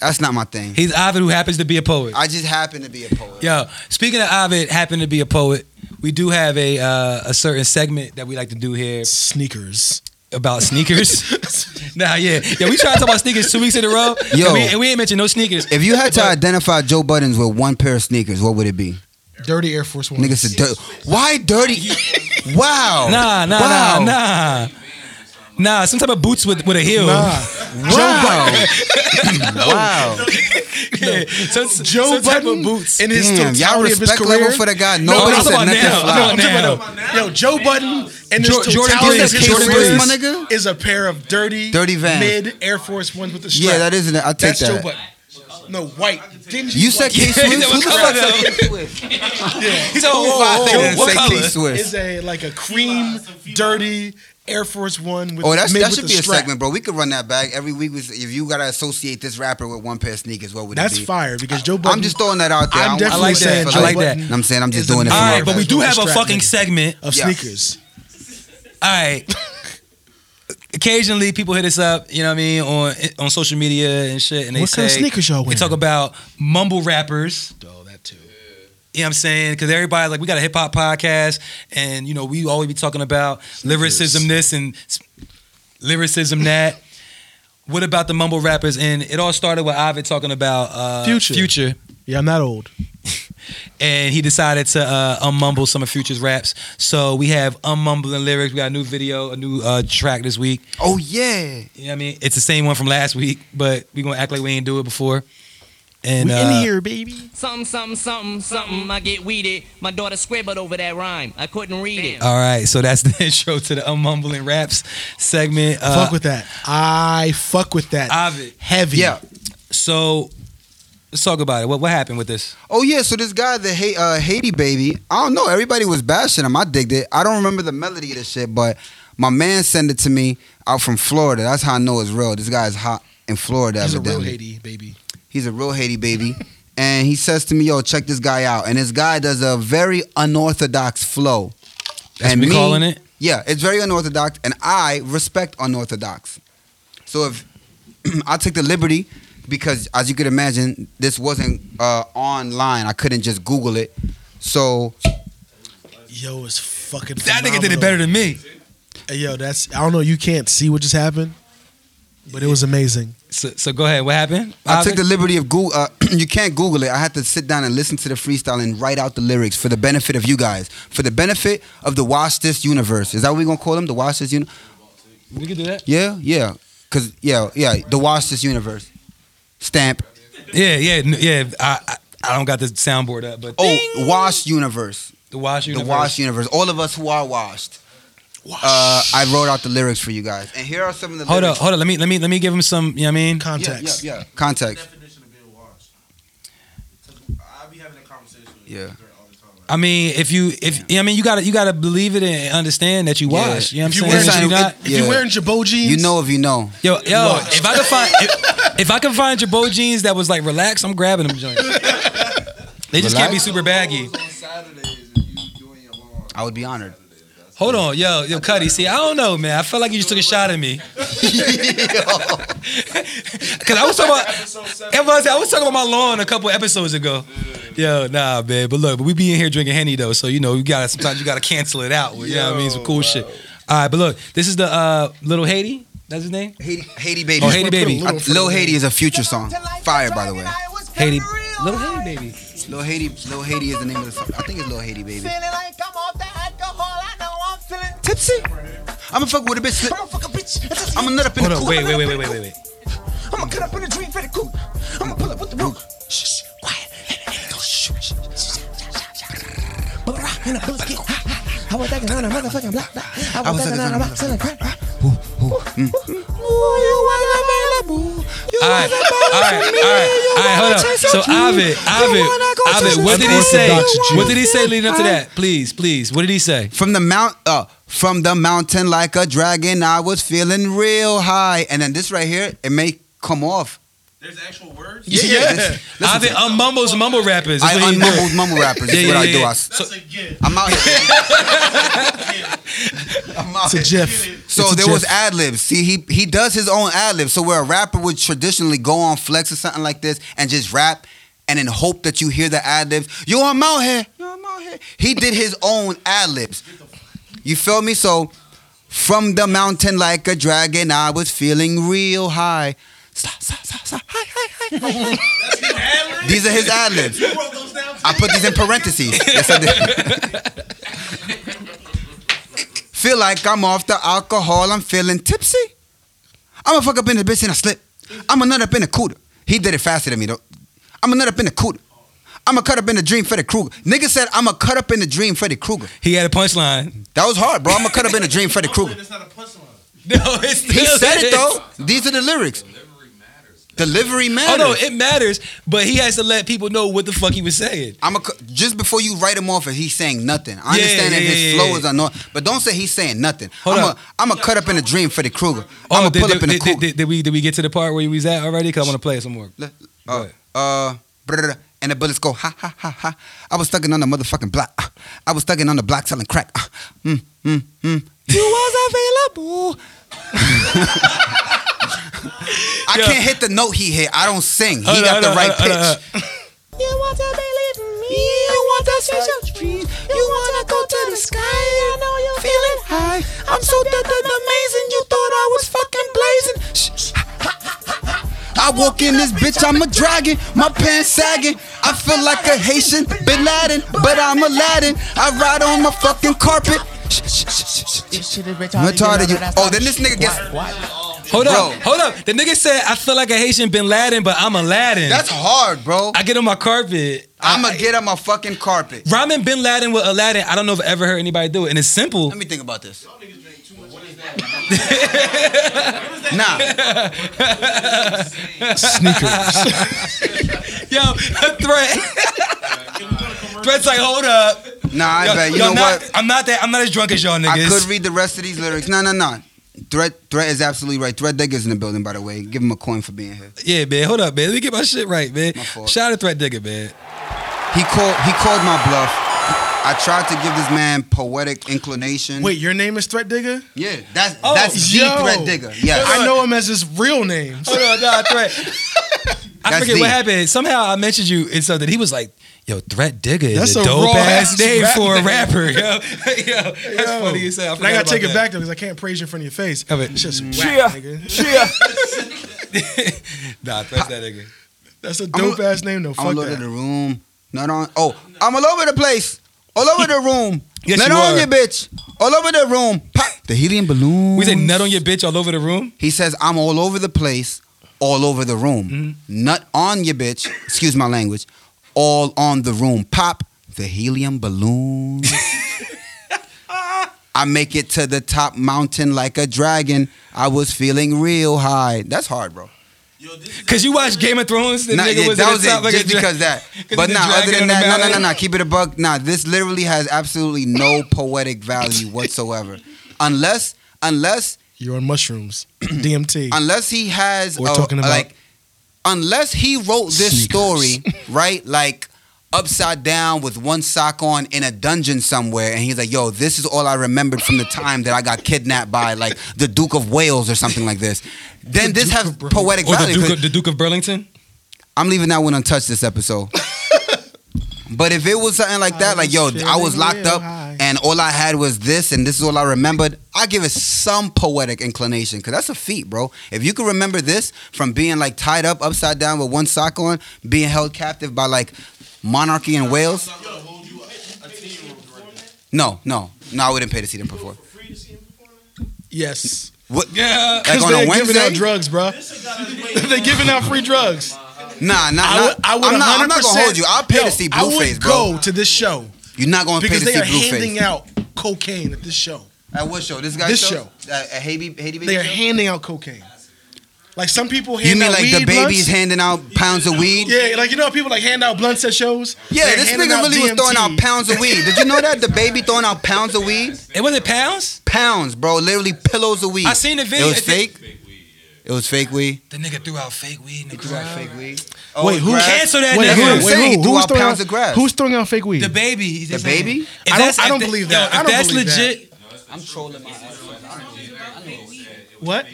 S3: That's not my thing.
S1: He's Ovid who happens to be a poet.
S3: I just happen to be a poet.
S1: Yo, speaking of Ovid happened to be a poet, we do have a uh, a certain segment that we like to do here
S2: Sneakers.
S1: about sneakers. nah, yeah. Yeah, we tried to talk about sneakers two weeks in a row.
S3: Yo.
S1: And we, and we ain't mentioned no sneakers.
S3: If you had to
S1: But-
S3: identify Joe Buttons with one pair of sneakers, what would it be?
S2: Dirty Air Force One.
S3: Niggas said, dirty. Why dirty? Wow.
S1: Nah, nah,
S3: wow.
S1: nah, nah. Nah, some type of boots with, with a heel.
S2: Nah.
S3: Wow. wow.
S1: Yeah, some,
S2: Joe
S1: some type of
S2: Button
S1: boots.
S2: in his
S3: Damn, y'all
S2: totality of his
S3: respect
S2: career.
S3: level for the guy.
S2: No,
S3: Nobody
S2: I'm
S3: said
S1: talking
S3: nothing
S1: about now.
S3: fly.
S1: No, now.
S2: Yo, Joe Button and his
S1: Jo- Jordan
S2: totality of
S1: threes,
S2: his
S1: Jordan
S2: career
S1: threes,
S3: my nigga?
S2: is a pair of dirty,
S3: Dirty Vans.
S2: mid Air Force Ones with the strap.
S3: Yeah, that isn't it. I take
S2: That's Joe
S3: that.
S2: Button. No, white. Dingy
S3: You said
S2: white.
S3: K Swiss? Who the fuck
S1: Yeah.
S3: said K Swiss?
S1: He's all,
S3: Who
S1: whoa,
S3: I
S1: whoa,
S3: think
S1: whoa,
S3: didn't
S1: what
S3: say K
S1: color?
S2: is
S3: Swiss?
S2: a like a cream, dirty Air Force One with
S3: Oh, that's,
S2: mid
S3: that
S2: with
S3: should
S2: the
S3: be a
S2: strap.
S3: segment, bro. We could run that back every week. We, if you gotta associate this rapper with one pair of sneakers, what would
S2: That's
S3: it be?
S2: fire because Joe Button.
S3: I'm just throwing that out there.
S2: I'm
S3: I don't
S2: definitely
S3: want to do
S1: saying
S3: for
S1: Joe
S3: like-
S1: Budden
S3: I'm saying I'm
S2: is
S3: just
S2: the
S3: doing it for
S1: All
S2: man.
S3: my
S1: right, but we do have a
S2: Strap,
S1: fucking
S2: nigga.
S1: segment.
S2: of
S3: Yeah.
S2: sneakers.
S1: All right. Occasionally, people hit us up, you know what I mean, on on social media and shit, and they
S2: What
S1: say
S2: kind of sneakers y'all
S1: They
S2: wearing?
S1: talk about mumble rappers.
S2: Oh, that too.
S1: You know what I'm saying? Because everybody like we got a hip hop podcast, and you know we always be talking about lyricism this and s- lyricism that. what about the mumble rappers? And it all started with Ovid talking about uh,
S2: Future.
S1: Future,
S2: Yeah, I'm not old.
S1: and he decided to uh, unmumble some of Future's raps. So we have unmumbling lyrics. We got a new video, a new uh, track this week.
S3: Oh yeah.
S1: You know what I mean? It's the same one from last week, but we gonna act like we ain't do it before. And
S2: we
S1: uh,
S2: in here, baby.
S8: Something, something, something, something. I get weeded. My daughter scribbled over that rhyme. I couldn't read it.
S1: all right, so that's the intro to the unmumbling raps segment. Uh,
S2: fuck with that. I fuck with that.
S1: Ovid.
S2: Heavy.
S3: Yeah.
S1: So let's talk about it. What what happened with this?
S3: Oh yeah, so this guy, the hey, uh, Haiti baby, I don't know. Everybody was bashing him. I digged it. I don't remember the melody of this shit, but my man sent it to me out from Florida. That's how I know it's real. This guy is hot in Florida.
S2: He's a real
S3: evidently.
S2: Haiti baby.
S3: He's a real Haiti baby. and he says to me, "Yo, check this guy out." And this guy does a very unorthodox flow.
S1: That's
S3: and
S1: me
S3: me-
S1: calling it.
S3: Yeah, it's very unorthodox, and I respect unorthodox. So if I took the liberty because as you could imagine, this wasn't uh, online. I couldn't just Google it. So
S2: Yo, it's fucking.
S1: That nigga did it
S2: phenomenal.
S1: better than me.
S2: Hey, Yo, that's. I don't know. You can't see what just happened, but it was amazing.
S1: So, so go ahead. What happened?
S3: I took the liberty of Google. Uh, you can't Google it. I had to sit down and listen to the freestyle and write out the lyrics for the benefit of you guys, for the benefit of the Watch This Universe. Is that what we gonna call them? The Watch This Universe?
S1: We can do that.
S3: Yeah, yeah. Cause yeah, yeah. The Watch This Universe. Stamp.
S1: Yeah, yeah, n- yeah. I, I, I don't got the soundboard up, but
S3: Oh, Wash Universe.
S1: the Wash
S3: The
S1: Universe.
S3: Wash Universe. All of us who are washed. Uh, I wrote out the lyrics for you guys, and here are some of the
S1: Hold up,
S3: lyrics.
S1: hold up. Let me let me let me give him some. You know what I mean?
S2: Context.
S3: Yeah, yeah, yeah. Context.
S4: Definition of being washed. 'Cause I be having a conversation with
S3: Yeah.
S4: Dre all the time. Like,
S1: I mean, if you if you know what I mean, you gotta you gotta believe it and understand that you
S3: Yeah.
S1: wash. You know
S2: If
S1: what
S2: you
S1: I'm
S2: wearing
S1: saying?
S3: If
S1: If
S3: you-
S1: you not-
S2: If you're
S3: Yeah.
S2: wearing Jabot jeans,
S3: You know if you know.
S1: Yo, yo, if I could find if, if I could find Jabot jeans that was like relax, I'm grabbing them joints. They just can't be
S3: Relax?
S1: super baggy.
S7: On Saturdays, if you doing your lawn.
S3: I would be honored.
S1: Hold on, yo, yo, Cuddy. See, I don't know, man. I felt like you just took a shot at me. Cause I was talking about,
S7: Episode seven.
S1: I was, I was talking about my lawn a couple episodes ago. Yo, nah, man. But look, but we be in here drinking henny though, so you know, you gotta sometimes you gotta cancel it out. With, you know what I mean? Some cool shit. All right, but look, this is the uh, little Haiti. That's his name.
S3: Haiti, Haiti baby.
S1: Oh, Haiti baby.
S3: Uh, Lil Haiti is a future song. Fire, by the way.
S1: Haiti, little Haiti baby.
S3: Lil Haiti, Lil Haiti is the name of the song. I think it's Lil Haiti baby. Tipsy. I'ma fuck with a bitch. sli- I'ma nut up in
S1: Hold
S3: the
S1: on,
S3: coop.
S1: wait, wait, wait, wait, wait, wait, wait.
S9: I'ma cut up in the dream for the coop. I'ma pull up with the roof. Shh, shh, quiet. And a boost get hot, hot. I was thinking on a motherfucking block. block. I was thinking on a rock selling crack. crack.
S3: mm.
S9: Ooh, you was available. You
S1: All right,
S9: was available
S1: all right, all
S9: for me.
S1: right, all
S9: You
S1: right. Hold
S9: wanna
S1: up.
S9: chase
S1: So
S9: a dream.
S1: Ovid,
S9: You wanna go
S1: Ovid,
S9: chase a
S1: Ovid. What did he
S9: dream.
S1: say?
S9: You wanna
S1: What did he say leading up to
S9: I-
S1: that? Please, please. What did he say?
S3: From the mount, uh, from the mountain like a dragon, I was feeling real high. And then this right here, it may come off.
S4: There's actual words.
S3: yeah, listen- listen
S1: Ovid
S3: to
S1: unmumbles mumble rappers.
S3: I
S1: That's what he do.
S3: unmumbled mumble rappers.
S1: Yeah,
S3: is what
S1: yeah,
S3: I do.
S1: yeah.
S3: I,
S4: That's a gift.
S3: am out here. I'm out
S2: it's a
S3: here.
S2: GIF.
S3: So
S2: It's a
S3: there
S2: GIF.
S3: was ad libs. See, he he does his own ad lib. So where a rapper would traditionally go on flex or something like this and just rap and then hope that you hear the ad libs. Yo, I'm out here. Yo, I'm out here. He did his own ad libs. You feel me? So from the mountain like a dragon, I was feeling real high. Sa, sa, sa, sa, hi, hi, hi, hi, hi. These are his ad libs.
S4: You wrote those down.
S3: I put these in parentheses. Yes, I did. Feel like I'm off the alcohol. I'm feeling tipsy. I'ma fuck up in the bitch and I slip. I'ma nut up in the cooter. He did it faster than me though. I'ma nut up in the cooter. I'ma cut up in the dream Freddy Krueger. Nigga said I'ma cut up in the dream Freddy Krueger.
S1: He had a punchline.
S3: That was hard, bro. I'ma cut up in the dream Freddy Krueger.
S4: It's not a punchline.
S1: No, it's
S3: He said it though. These are the lyrics. Delivery
S1: Oh
S3: matters.
S1: no, it matters, but he has to let people know what the fuck he was saying.
S3: I'm a, just before you write him off as he's saying nothing. I
S1: Yeah,
S3: understand that
S1: yeah,
S3: his
S1: yeah,
S3: flow
S1: yeah.
S3: is unknown, but don't say he's saying nothing.
S1: Hold
S3: I'm
S1: up.
S3: a, I'm a cut up in a dream for the Kruger.
S1: Oh,
S3: I'm a
S1: did,
S3: pull
S1: did,
S3: up in a
S1: did,
S3: coupe.
S1: did- did we did we get to the part where we was at already? Cause I want to play some more.
S3: Le-
S1: Go
S3: uh,
S1: ahead.
S3: uh, brr, and the bullets go ha ha ha ha. I was thugging on the motherfucking block. Ah, I was thugging on the block selling crack. Ah, Mm, mm, mm. You was available. I
S1: Yo.
S3: can't hit the note he hit. I don't sing. He
S1: Hold
S3: got
S1: on,
S3: the
S1: hold on,
S3: right
S1: hold on, hold
S3: pitch.
S1: on.
S9: You want to believe in me. You want to chase your dream. You want to go to the sky. I know you're feeling high. I'm so dead and amazing. You thought I was fucking blazing. Shh, shh.
S3: I walk in this bitch, I'm a dragon, my pants sagging. I feel like a Haitian, Bin Laden, but I'm Aladdin. I ride on my fucking carpet. Shh, shh, shh, shh, shh.
S9: This shit is
S3: Retarded you. Oh, then this nigga gets.
S1: Hold up,
S3: Bro.
S1: hold up. The nigga said I feel like a Haitian Bin Laden, but I'm Aladdin.
S3: That's hard, bro.
S1: I get on my carpet.
S3: I'ma get on my fucking carpet.
S1: Rhyming Bin Laden with Aladdin. I don't know if I ever heard anybody do it, and it's simple.
S3: Let me think about this.
S2: Sneakers.
S1: Yo, threat. Threat's like, hold up.
S3: Nah, nah, I
S1: Yo,
S3: bet. You
S1: yo,
S3: know
S1: not-
S3: what?
S1: I'm not that. I'm not as drunk as y'all
S3: I
S1: niggas.
S3: could read the rest of these lyrics. No, no, no. Threat, threat is absolutely right. Threat Digger's in the building, by the way. Give him a coin for being here.
S1: yeah, man. Hold up, man. Let me get my shit right, man.
S3: My fault.
S1: Shout out to Threat Digger, man.
S3: He called. He called my bluff. I tried to give this man poetic inclination.
S2: Wait, your name is Threat Digger?
S3: Yeah, that's
S1: Oh,
S3: that's
S2: yo.
S3: the threat digger. Yes.
S2: I know him as his real name.
S1: Hold on, nah, Threat. I
S3: That's
S1: forget
S3: deep.
S1: what happened. Somehow I mentioned you and something. He was like, "Yo, Threat Digger is
S2: That's
S1: a
S2: a
S1: dope ass
S2: raw-ass
S1: name
S2: rap
S1: for a
S2: name.
S1: rapper." Yo, yo, that's funny as hell.
S2: And I gotta take it
S1: that.
S2: back though because I can't praise you in front of your face.
S1: Have it.
S2: It's just whack,
S9: Cheer.
S2: nigga.
S9: Cheer.
S1: Nah, Threat that nigga.
S2: That's a dope ass name though.
S3: I'm
S2: Fuck
S3: all over
S2: that.
S3: the room. Not on. Oh, I'm all over the place. All over the room.
S1: Yes,
S3: Not
S1: you
S3: on
S1: are.
S3: your bitch. All over the room. Pop. The helium balloon.
S1: We said nut on your bitch all over the room.
S3: He says, I'm all over the place, all over the room.
S1: Mm-hmm.
S3: Nut on your bitch, excuse my language, all on the room. Pop the helium balloon. I make it to the top mountain like a dragon. I was feeling real high. That's hard, bro.
S4: Yo, this is
S1: Cause you watched Game of Thrones. The
S3: Nah,
S1: nigga
S3: yeah,
S1: was
S3: that
S1: at
S3: was
S1: the top
S3: it,
S1: like a
S3: just
S1: dra-
S3: because that.
S1: 'cause
S3: But
S1: the
S3: nah, other
S1: dragon
S3: than
S1: on
S3: that,
S1: the
S3: no, no, no,
S1: mountain.
S3: no. Keep it a buck. Nah, this literally has absolutely no poetic value whatsoever, unless, unless
S2: You're on mushrooms. DMT.
S3: unless he has
S2: We're
S3: a-
S2: talking about-
S3: like unless he wrote this
S2: Sneakers.
S3: story right like upside down with one sock on in a dungeon somewhere and he's like yo this is all i remembered from the time that i got kidnapped by like the duke of wales or something like this then this has poetic
S1: Or the
S3: value
S1: Duke,
S3: 'cause
S1: of, the Duke of Burlington.
S3: i'm leaving that one untouched this episode But if it was something like that, like yo,
S2: was
S3: I was
S2: feeling
S3: locked
S2: real
S3: up
S2: high.
S3: and all I had was this and this is all I remembered, I give it some poetic inclination because that's a feat, bro. If you can remember this from being like tied up upside down with one sock on, being held captive by like monarchy in Wales,
S4: not gonna hold you up. I tell you right now.
S3: no, no, no, I wouldn't pay to see them perform.
S4: Free to see him perform?
S2: yes.
S3: What?
S1: Yeah.
S3: Like on
S2: they
S3: a
S2: ain't giving
S3: Wednesday?
S2: out drugs, bro.
S4: This guy got his weight.
S2: they giving out free drugs.
S3: Nah, nah, nah.
S2: I would, I would
S3: am not, I'm not gonna
S2: 100%
S3: hold you. I'll pay
S2: Yo,
S3: to see
S2: I
S3: Blueface,
S2: would
S3: bro.
S2: go to this show
S3: You're not gonna pay
S2: because
S3: to
S2: they
S3: see
S2: are
S3: Blueface.
S2: handing out cocaine at this show.
S3: At what show? This guy
S2: This
S3: show? At, at Haiti, Haiti Baby
S2: They are
S3: show?
S2: handing out cocaine. Like some people hand
S3: You mean
S2: out
S3: like
S2: weed
S3: the baby's
S2: blunts.
S3: handing out pounds of weed?
S2: Yeah, like you know how people like hand out blunts at shows.
S3: Yeah,
S2: They're
S3: this
S2: handing
S3: nigga
S2: out
S3: really was
S2: DMT.
S3: throwing out pounds of weed. Did you know that the baby throwing out pounds of weed?
S1: It was it pounds.
S3: Pounds, bro. Literally pillows of weed.
S1: I seen the video.
S3: It was
S1: I think-
S3: fake. It was fake weed.
S1: The nigga threw out fake weed in the crowd.
S3: Fake weed.
S2: Wait, who-
S1: Cancel that
S2: Wait,
S1: nigga.
S2: who,
S3: what I'm
S2: wait,
S3: saying.
S2: who,
S3: Threw
S2: who's
S3: out
S2: throwing
S3: pounds
S2: out,
S3: of grass.
S2: Who's throwing out fake weed?
S1: The baby.
S3: The baby?
S1: If
S2: I don't-
S1: that's-
S2: I don't
S1: if-
S2: believe
S1: yo,
S2: that. I
S1: if
S2: don't
S1: that's
S2: believe that.
S1: legit.
S3: I'm trolling my ass.
S2: what?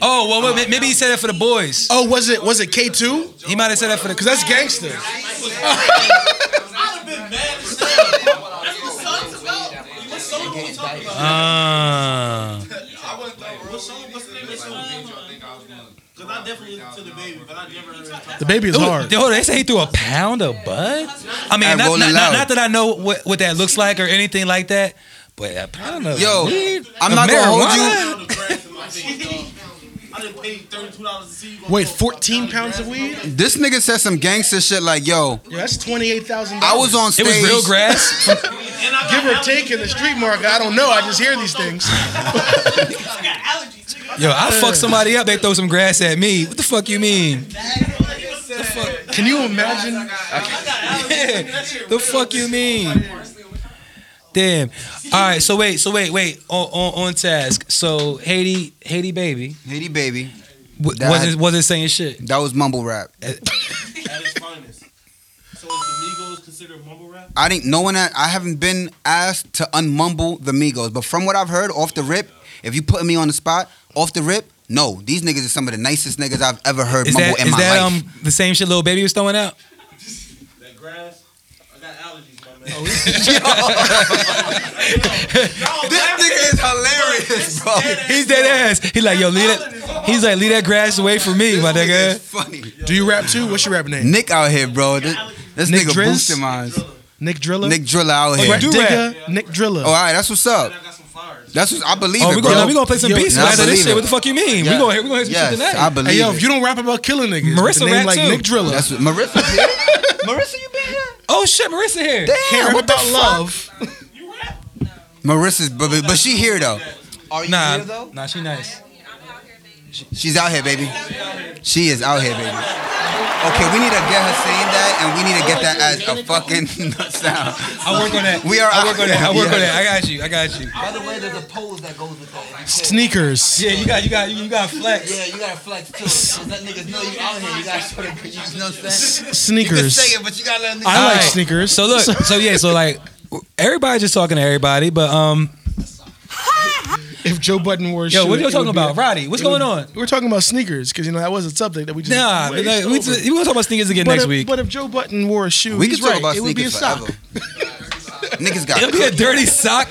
S1: Oh well, well, maybe he said that for the boys.
S2: Oh, was it was it K two?
S1: He might have said that for the.
S2: Because that's gangster.
S4: I'd have been mad as hell. That's what song's about. What song are we talking about?
S1: Uh,
S4: What song? What's the name of the song? Because I definitely listened to the baby, but I never heard him talk.
S2: The baby is hard.
S1: yo, they say he threw a pound of bud. I mean,
S3: At
S1: not,
S3: Rolling
S1: not, not,
S3: Loud.
S1: not that I know what, what that looks like or anything like that, but a pound of
S3: Yo,
S1: weed?
S3: I'm
S1: Of
S3: not gonna hold
S1: marijuana?
S3: you.
S4: I didn't pay thirty-two dollars to see you. go
S2: Wait,
S4: fuck
S2: fourteen
S4: down
S2: pounds
S4: grass.
S2: of weed?
S3: This nigga said some gangster shit like, yo,
S2: Yeah, that's twenty eight thousand.
S3: I was on
S1: It
S3: stage.
S1: was real grass.
S4: And I got
S2: give or
S4: allergies
S2: take in the street market. I don't know. I just hear these things.
S4: I got allergies. nigga.
S1: Yo, I fuck somebody up. They throw some grass at me. What the fuck you mean?
S2: Can you imagine?
S1: Yeah. The fuck you mean? Damn. All right. So wait. So wait. Wait. On on, on task. So Haiti Haiti baby
S3: Haiti Baby.
S1: w-
S3: That-
S1: wasn't wasn't saying shit.
S3: That was mumble rap.
S4: At its finest. So is the Migos considered mumble rap?
S3: I didn't. No one. I haven't been asked to unmumble the Migos, but from what I've heard, off the rip, if you putting me on the spot, off the rip, no, these niggas are some of the nicest niggas I've ever heard
S1: Is
S3: mumble
S1: that
S3: in
S1: is
S3: my
S1: that
S3: life.
S1: um the same shit little baby was throwing out?
S4: That grass? I got allergies, my
S1: Oh,
S4: man.
S3: this nigga is hilarious, bro.
S1: He's dead ass. He like yo leave that. He's like leave that grass away from me, my
S3: Nigga is
S1: nigga.
S3: funny.
S2: Do you rap too? What's your rap name?
S3: Nick out here, bro. This, this
S2: Nick
S3: nigga
S2: Driz?
S3: boosting mine.
S2: Nick Driller.
S3: Nick Driller out here.
S2: Brett
S1: Do
S2: Digger. Nick Driller.
S3: Oh, all right, that's what's up.
S4: I got some flowers.
S3: That's what I believe
S1: Oh,
S3: it,
S1: we
S3: bro.
S1: gonna we gonna play some
S2: Yo,
S1: beats
S3: I
S1: after this
S3: believe
S1: shit.
S3: it.
S1: What the fuck you mean?
S3: Yeah.
S1: We gonna hear we gonna hear some
S3: yes,
S1: shit tonight.
S3: I believe
S2: hey yo,
S3: it.
S2: if you don't rap about killing niggas, with
S1: Marissa
S2: a name
S1: rap,
S2: like
S1: too.
S2: Nick Driller.
S3: That's what, Marissa here. Marissa, you been here?
S1: oh shit, Marissa here.
S2: Can't
S3: Damn,
S2: rap
S3: what the
S2: about
S3: fuck?
S2: love.
S4: You rap?
S3: Marissa's, but, but- but she here though. Are you
S1: Nah, nah, she nice.
S3: She's out here, baby. She is out here, baby. Okay, we need to get her saying that, and we need to get that as a fucking nut sound.
S1: I work on that.
S3: We are
S1: I work
S3: out
S1: on that. I
S3: here,
S1: work on
S3: yeah.
S1: that. I got you. I got you.
S10: By the way, there's a pose that goes with that.
S2: Sneakers.
S1: Yeah, you got you got you got flex.
S10: Yeah, you gotta flex too. Cause that niggas know you out here. You gotta show them. You know what I'm saying?
S2: Sneakers.
S10: it, but you gotta let them.
S2: I like
S1: Alright.
S2: sneakers.
S1: So look, so yeah, so like everybody just talking to everybody, but um
S2: if Joe Button wore a
S1: Yo,
S2: shoe,
S1: what you
S2: it
S1: talking
S2: would be a-
S1: about? Roddy, what's
S2: it would-
S1: going on?
S2: We're talking about sneakers because you know that was a subject that we just
S1: Nah,
S2: way
S1: like, we
S2: over.
S1: we're gonna talk about sneakers again
S2: But
S1: next
S2: if-
S1: week.
S2: But if Joe Button wore a shoe,
S3: We
S2: he's
S3: can talk
S2: right.
S3: about
S2: it would be a
S3: sneakers
S2: sock.
S3: forever. Niggas got.
S1: It'll be a
S3: cookies.
S1: dirty sock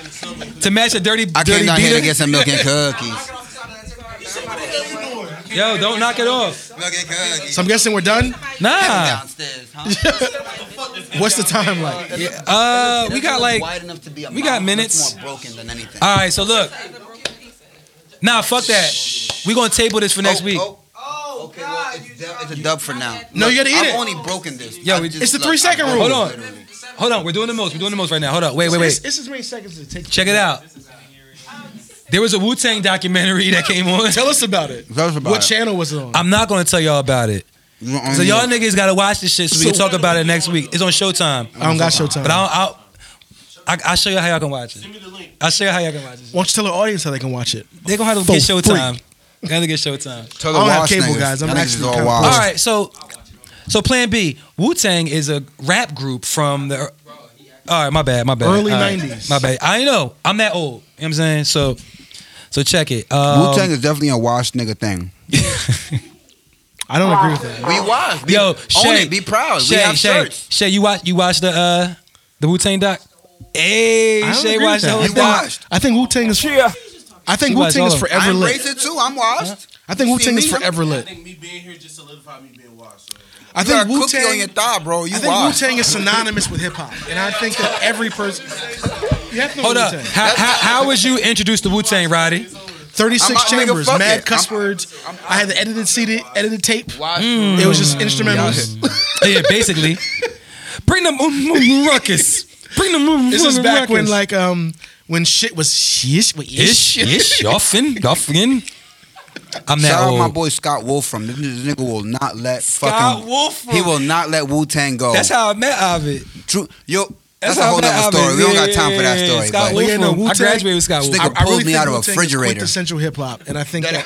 S1: to match a dirty
S3: I came
S1: dirty
S3: down here to
S1: beater.
S3: get some milk and cookies.
S1: Yo, don't knock it off.
S3: milk and cookies.
S2: So I'm guessing we're done.
S1: Nah,
S10: Downstairs, huh?
S2: What's the time like?
S1: uh, we
S10: It
S1: got
S10: was
S1: like.
S10: wide enough to be a
S1: we got
S10: mouth, but it's
S1: minutes.
S10: More broken than anything.
S1: All right, so look. Nah, fuck that. We gonna table this for next
S3: Oh,
S1: week.
S3: oh, okay, well, it's, du- it's a dub for now.
S2: No, you gotta eat
S3: I've
S2: it.
S3: only broken this.
S1: Yo,
S3: I
S1: we-
S3: just-
S2: It's the
S3: look,
S2: three-second
S3: I
S2: rule.
S1: Hold on.
S3: literally-
S1: Hold on, we're doing the most. We're doing the most right now. Hold up. Wait, wait,
S2: It's,
S1: wait.
S2: it's as many seconds as it takes.
S1: Check it out. There was a Wu Tang documentary that came on.
S2: Tell us about it.
S3: Tell us about
S2: what
S3: it.
S2: channel was it on?
S1: I'm not gonna tell y'all about it.
S3: You don't
S1: So
S3: own it.
S1: y'all niggas gotta watch this shit so we can talk about it next week. It's on Showtime.
S2: I don't got Showtime.
S1: But I'll, I'll I, I'll show you how y'all can watch it.
S4: Give me the link.
S1: I'll show you how y'all can watch it.
S2: Why don't you tell the audience how they can watch it?
S1: They gonna have to
S2: For
S1: get Showtime. They gotta get Showtime.
S3: Tell the
S2: I don't have
S3: Wash
S2: cable,
S3: niggas.
S2: guys. I'm
S3: Y'all niggas is
S2: actually
S3: all
S2: kinda
S3: washed.
S2: poor.
S1: All right, so so Plan B, Wu Tang is a rap group from the. All right, my bad, my bad.
S2: Early
S1: All right,
S2: 90s.
S1: my bad. I know I'm that old. You know what I'm saying so. So check it. Um,
S3: Wu Tang is definitely a wash nigga thing.
S2: I don't agree with that.
S3: We wash. Be,
S1: Yo,
S3: own
S1: Shay,
S3: it. Be proud.
S1: Shay,
S3: we have
S1: Shay,
S3: shirts.
S1: Shay, you watch you watch the uh the Wu Tang doc. Hey,
S2: I don't
S1: Shay,
S2: agree
S1: watch
S2: with
S1: the
S2: that.
S1: whole
S3: You
S1: thing.
S3: washed.
S2: I think Wu Tang is. I
S1: She
S2: think Wu
S1: watched
S2: Tang
S1: all
S2: is
S1: of them.
S2: forever
S3: I'm
S2: lit.
S3: racist too. I'm washed.
S2: I think Wu Tang is
S3: See me?
S2: forever
S4: I
S2: lit.
S4: think me being here just solidified me being washed. So.
S2: I
S3: You got
S2: think
S3: a cookie
S2: Wu
S3: on your
S2: Tang.
S3: thigh, bro. You
S2: I think Wu
S3: washed.
S2: Tang is synonymous with hip hop, and I think that every person. You have to know
S1: Hold up.
S2: Wu-Tang.
S1: How, how, how was you introduced to Wu Tang, Roddy?
S3: I'm-
S2: 36
S3: I'm- nigga,
S2: chambers,
S3: fuck
S2: mad
S3: it.
S2: cuss
S3: I'm-
S2: words. I had the edited CD, edited tape.
S10: Wash.
S2: It was just instrumentals.
S1: yeah, basically. Bring them mm, mm, mm, ruckus. Bring them. mm,
S2: This is
S1: mm,
S2: back when
S1: ruckus.
S2: like um when shit was shish with
S1: ish,
S2: ish.
S1: ish, often, often. I'm that
S3: Shout out
S1: old.
S3: my boy Scott Wolfram. This, this nigga will not let
S1: Scott
S3: fucking.
S1: Wolfram.
S3: He will not let Wu Tang go.
S1: That's how I met Ovid.
S3: True. Yo, that's,
S1: That's,
S3: a
S1: how
S3: whole
S1: I met
S3: other story.
S1: Ovid.
S3: We don't got
S1: Yeah,
S3: time for that
S1: yeah, yeah.
S3: story.
S1: Scott
S3: but
S2: Well, yeah,
S1: Wolfram.
S2: no,
S1: I
S2: Wu-Tang-
S1: graduated with Scott
S3: Stick
S1: Wolfram.
S3: a- pulled me out of a
S2: Wu-Tang is
S3: refrigerator.
S2: Quintessential hip hop, and I think that,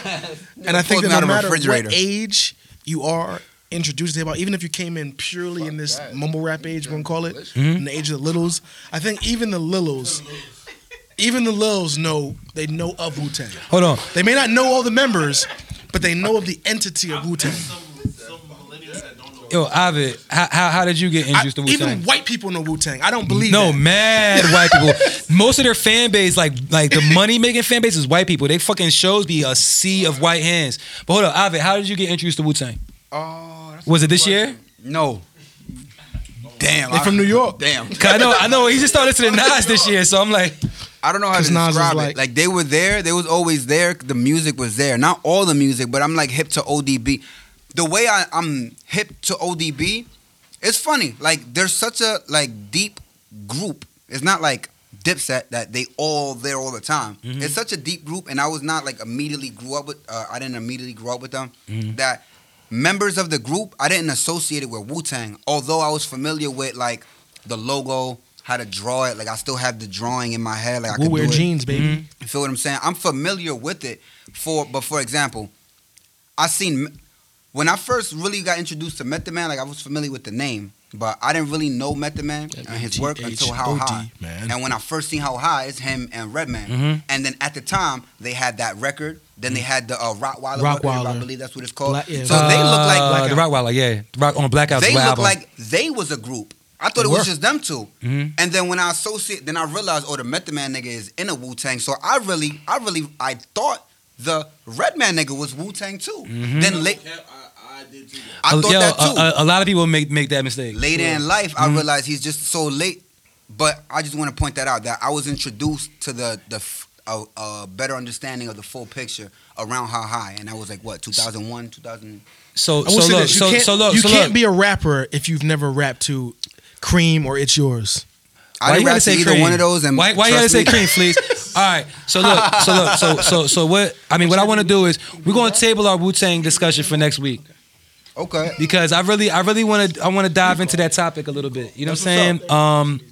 S2: and I
S3: pulled
S2: think that
S3: me out of
S2: no
S3: a
S2: matter
S3: refrigerator.
S2: what age you are introduced to hip hop, even if you came in purely in this mumble rap age, we're gonna call it, in the age of the littles, I think even the littles, even the littles know they know of Wu Tang.
S1: Hold on.
S2: They may not know all the members, but they know of the entity of Wu Tang.
S1: Yo, Ovid, how, how, how did you get introduced to Wu
S2: Even
S1: Tang?
S2: white people know Wu Tang. I don't believe
S1: No,
S2: that.
S1: mad white people. Most of their fan base, like like the money making fan base, is white people. They fucking shows be a sea of white hands. But hold on, Ovid, how did you get introduced to Wu Tang?
S3: Oh, that's-
S1: Was it this year?
S3: no. Damn.
S2: They're
S3: I-
S2: from New York.
S3: Damn.
S1: Cause I know, I know. He just started listening to Nas this year, so I'm like,
S3: I don't know how to
S2: 'Cause Nas is
S3: describe it.
S2: like-
S3: Like, they were there. They was always there. The music was there. Not all the music, but I'm like hip to ODB. The way I, I'm hip to ODB, it's funny. Like there's such a like deep group. It's not like Dipset that they all there all the time.
S2: Mm-hmm.
S3: It's such a deep group, and I was not like immediately grew up with. Uh, I didn't immediately grow up with them.
S2: Mm-hmm.
S3: That members of the group I didn't associate it with Wu Tang, although I was familiar with like the logo. How to draw it? Like I still have the drawing in my head. Like I
S2: We'll
S3: could
S2: wear
S3: do it. Mm-hmm.
S2: jeans, baby.
S3: You feel what I'm saying? I'm familiar with it. For but for example, I seen when I first really got introduced to Method Man. Like I was familiar with the name, but I didn't really know Method Man and his work until How High.
S2: Man.
S3: And when I first seen How High, it's him and Redman. And then at the time, they had that record. Then they had the uh, Rottweiler, record, I
S2: Rottweiler.
S3: believe that's what it's called.
S2: Black- yeah.
S3: So they look like
S1: Uh, the Rockwilder, yeah, Rock on Blackout.
S3: they
S1: the
S3: look
S1: album.
S3: like they was a group. I thought
S1: They
S3: it was
S1: were.
S3: just them 2
S1: Mhm.
S3: And then when I associate, then I realized, oh, the Method Man nigga is in a Wu Tang. So I really, I really, I thought the Red Man nigga was Wu Tang too. Then late,
S4: Cap, I, I did too.
S3: I
S1: Uh, Mm-hmm.
S3: thought
S1: Mm-hmm. yo,
S3: that too.
S1: A, a- a lot of people make make that mistake.
S3: Later in life, I realized he's just so late. But I just want to point that out that I was introduced to the the f- a, a better understanding of the full picture around how high, and that was like what 2001, 2000.
S1: So
S2: I will
S1: so
S2: say
S1: look,
S2: this: you
S1: so,
S2: can't,
S1: so look,
S2: you
S1: so
S2: can't
S1: look.
S2: be a rapper if you've never rapped to Cream or It's Yours.
S3: I didn't rap to either one of those. And
S1: why, why you
S3: trust
S1: gotta say
S3: me-
S1: cream, please? All right. So look, so look, so so so what? I mean, what I want to do is we're gonna table our Wu Tang discussion for next week
S3: Okay.
S1: because I really, I really want to, I want to dive into that topic a little bit. You know what I'm saying? Um,
S3: I'm gonna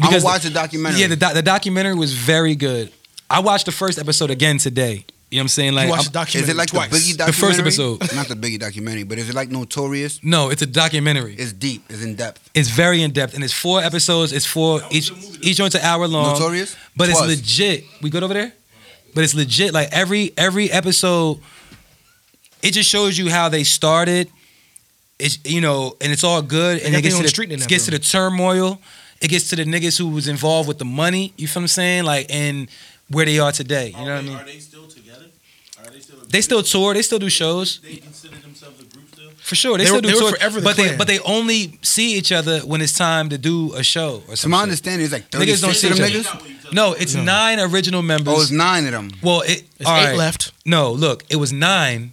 S1: because
S3: watch the documentary.
S1: yeah, the, doc- the documentary was very good. I watched the first episode again today. You know what I'm saying? Like,
S2: you watch
S1: I'm-
S2: the documentary
S3: Is it like
S2: twice.
S3: the Biggie documentary?
S1: The first episode.
S3: Not the Biggie documentary, but is it like Notorious?
S1: no, it's a documentary.
S3: It's deep. It's in depth.
S1: It's very in depth, and it's four episodes. It's four each. Each joint's an hour long.
S3: Notorious.
S1: Uh, But it's
S3: Twas.
S1: legit. We good over there? but it's legit. Like every every episode, it just shows you how they started. It's you know, and it's all good, and
S2: got
S1: it gets
S2: their own
S1: to the,
S2: street in that
S1: it gets to
S2: bro.
S1: the turmoil. It gets to the niggas who was involved with the money. You feel what I'm saying? Like and where they are today. You know what I
S4: they,
S1: mean?
S4: Are they still together? Are they still? a
S1: They
S4: group?
S1: still tour. They still do shows.
S4: They consider themselves a group still.
S1: For sure, they,
S2: They
S1: still
S2: were-
S1: do
S2: they were
S1: tours,
S2: forever the
S1: but they
S2: clan.
S1: but they only see each other when it's time to do a show. Or
S3: To my
S1: something.
S3: understanding, it's like
S1: Niggas don't
S3: 36
S1: see
S3: of
S1: each
S3: them
S1: other.
S3: niggas.
S1: No, it's nine original members.
S3: Oh, it's nine of them.
S1: well, it,
S2: It's
S1: all
S2: eight
S1: right.
S2: left.
S1: No, look, it was nine,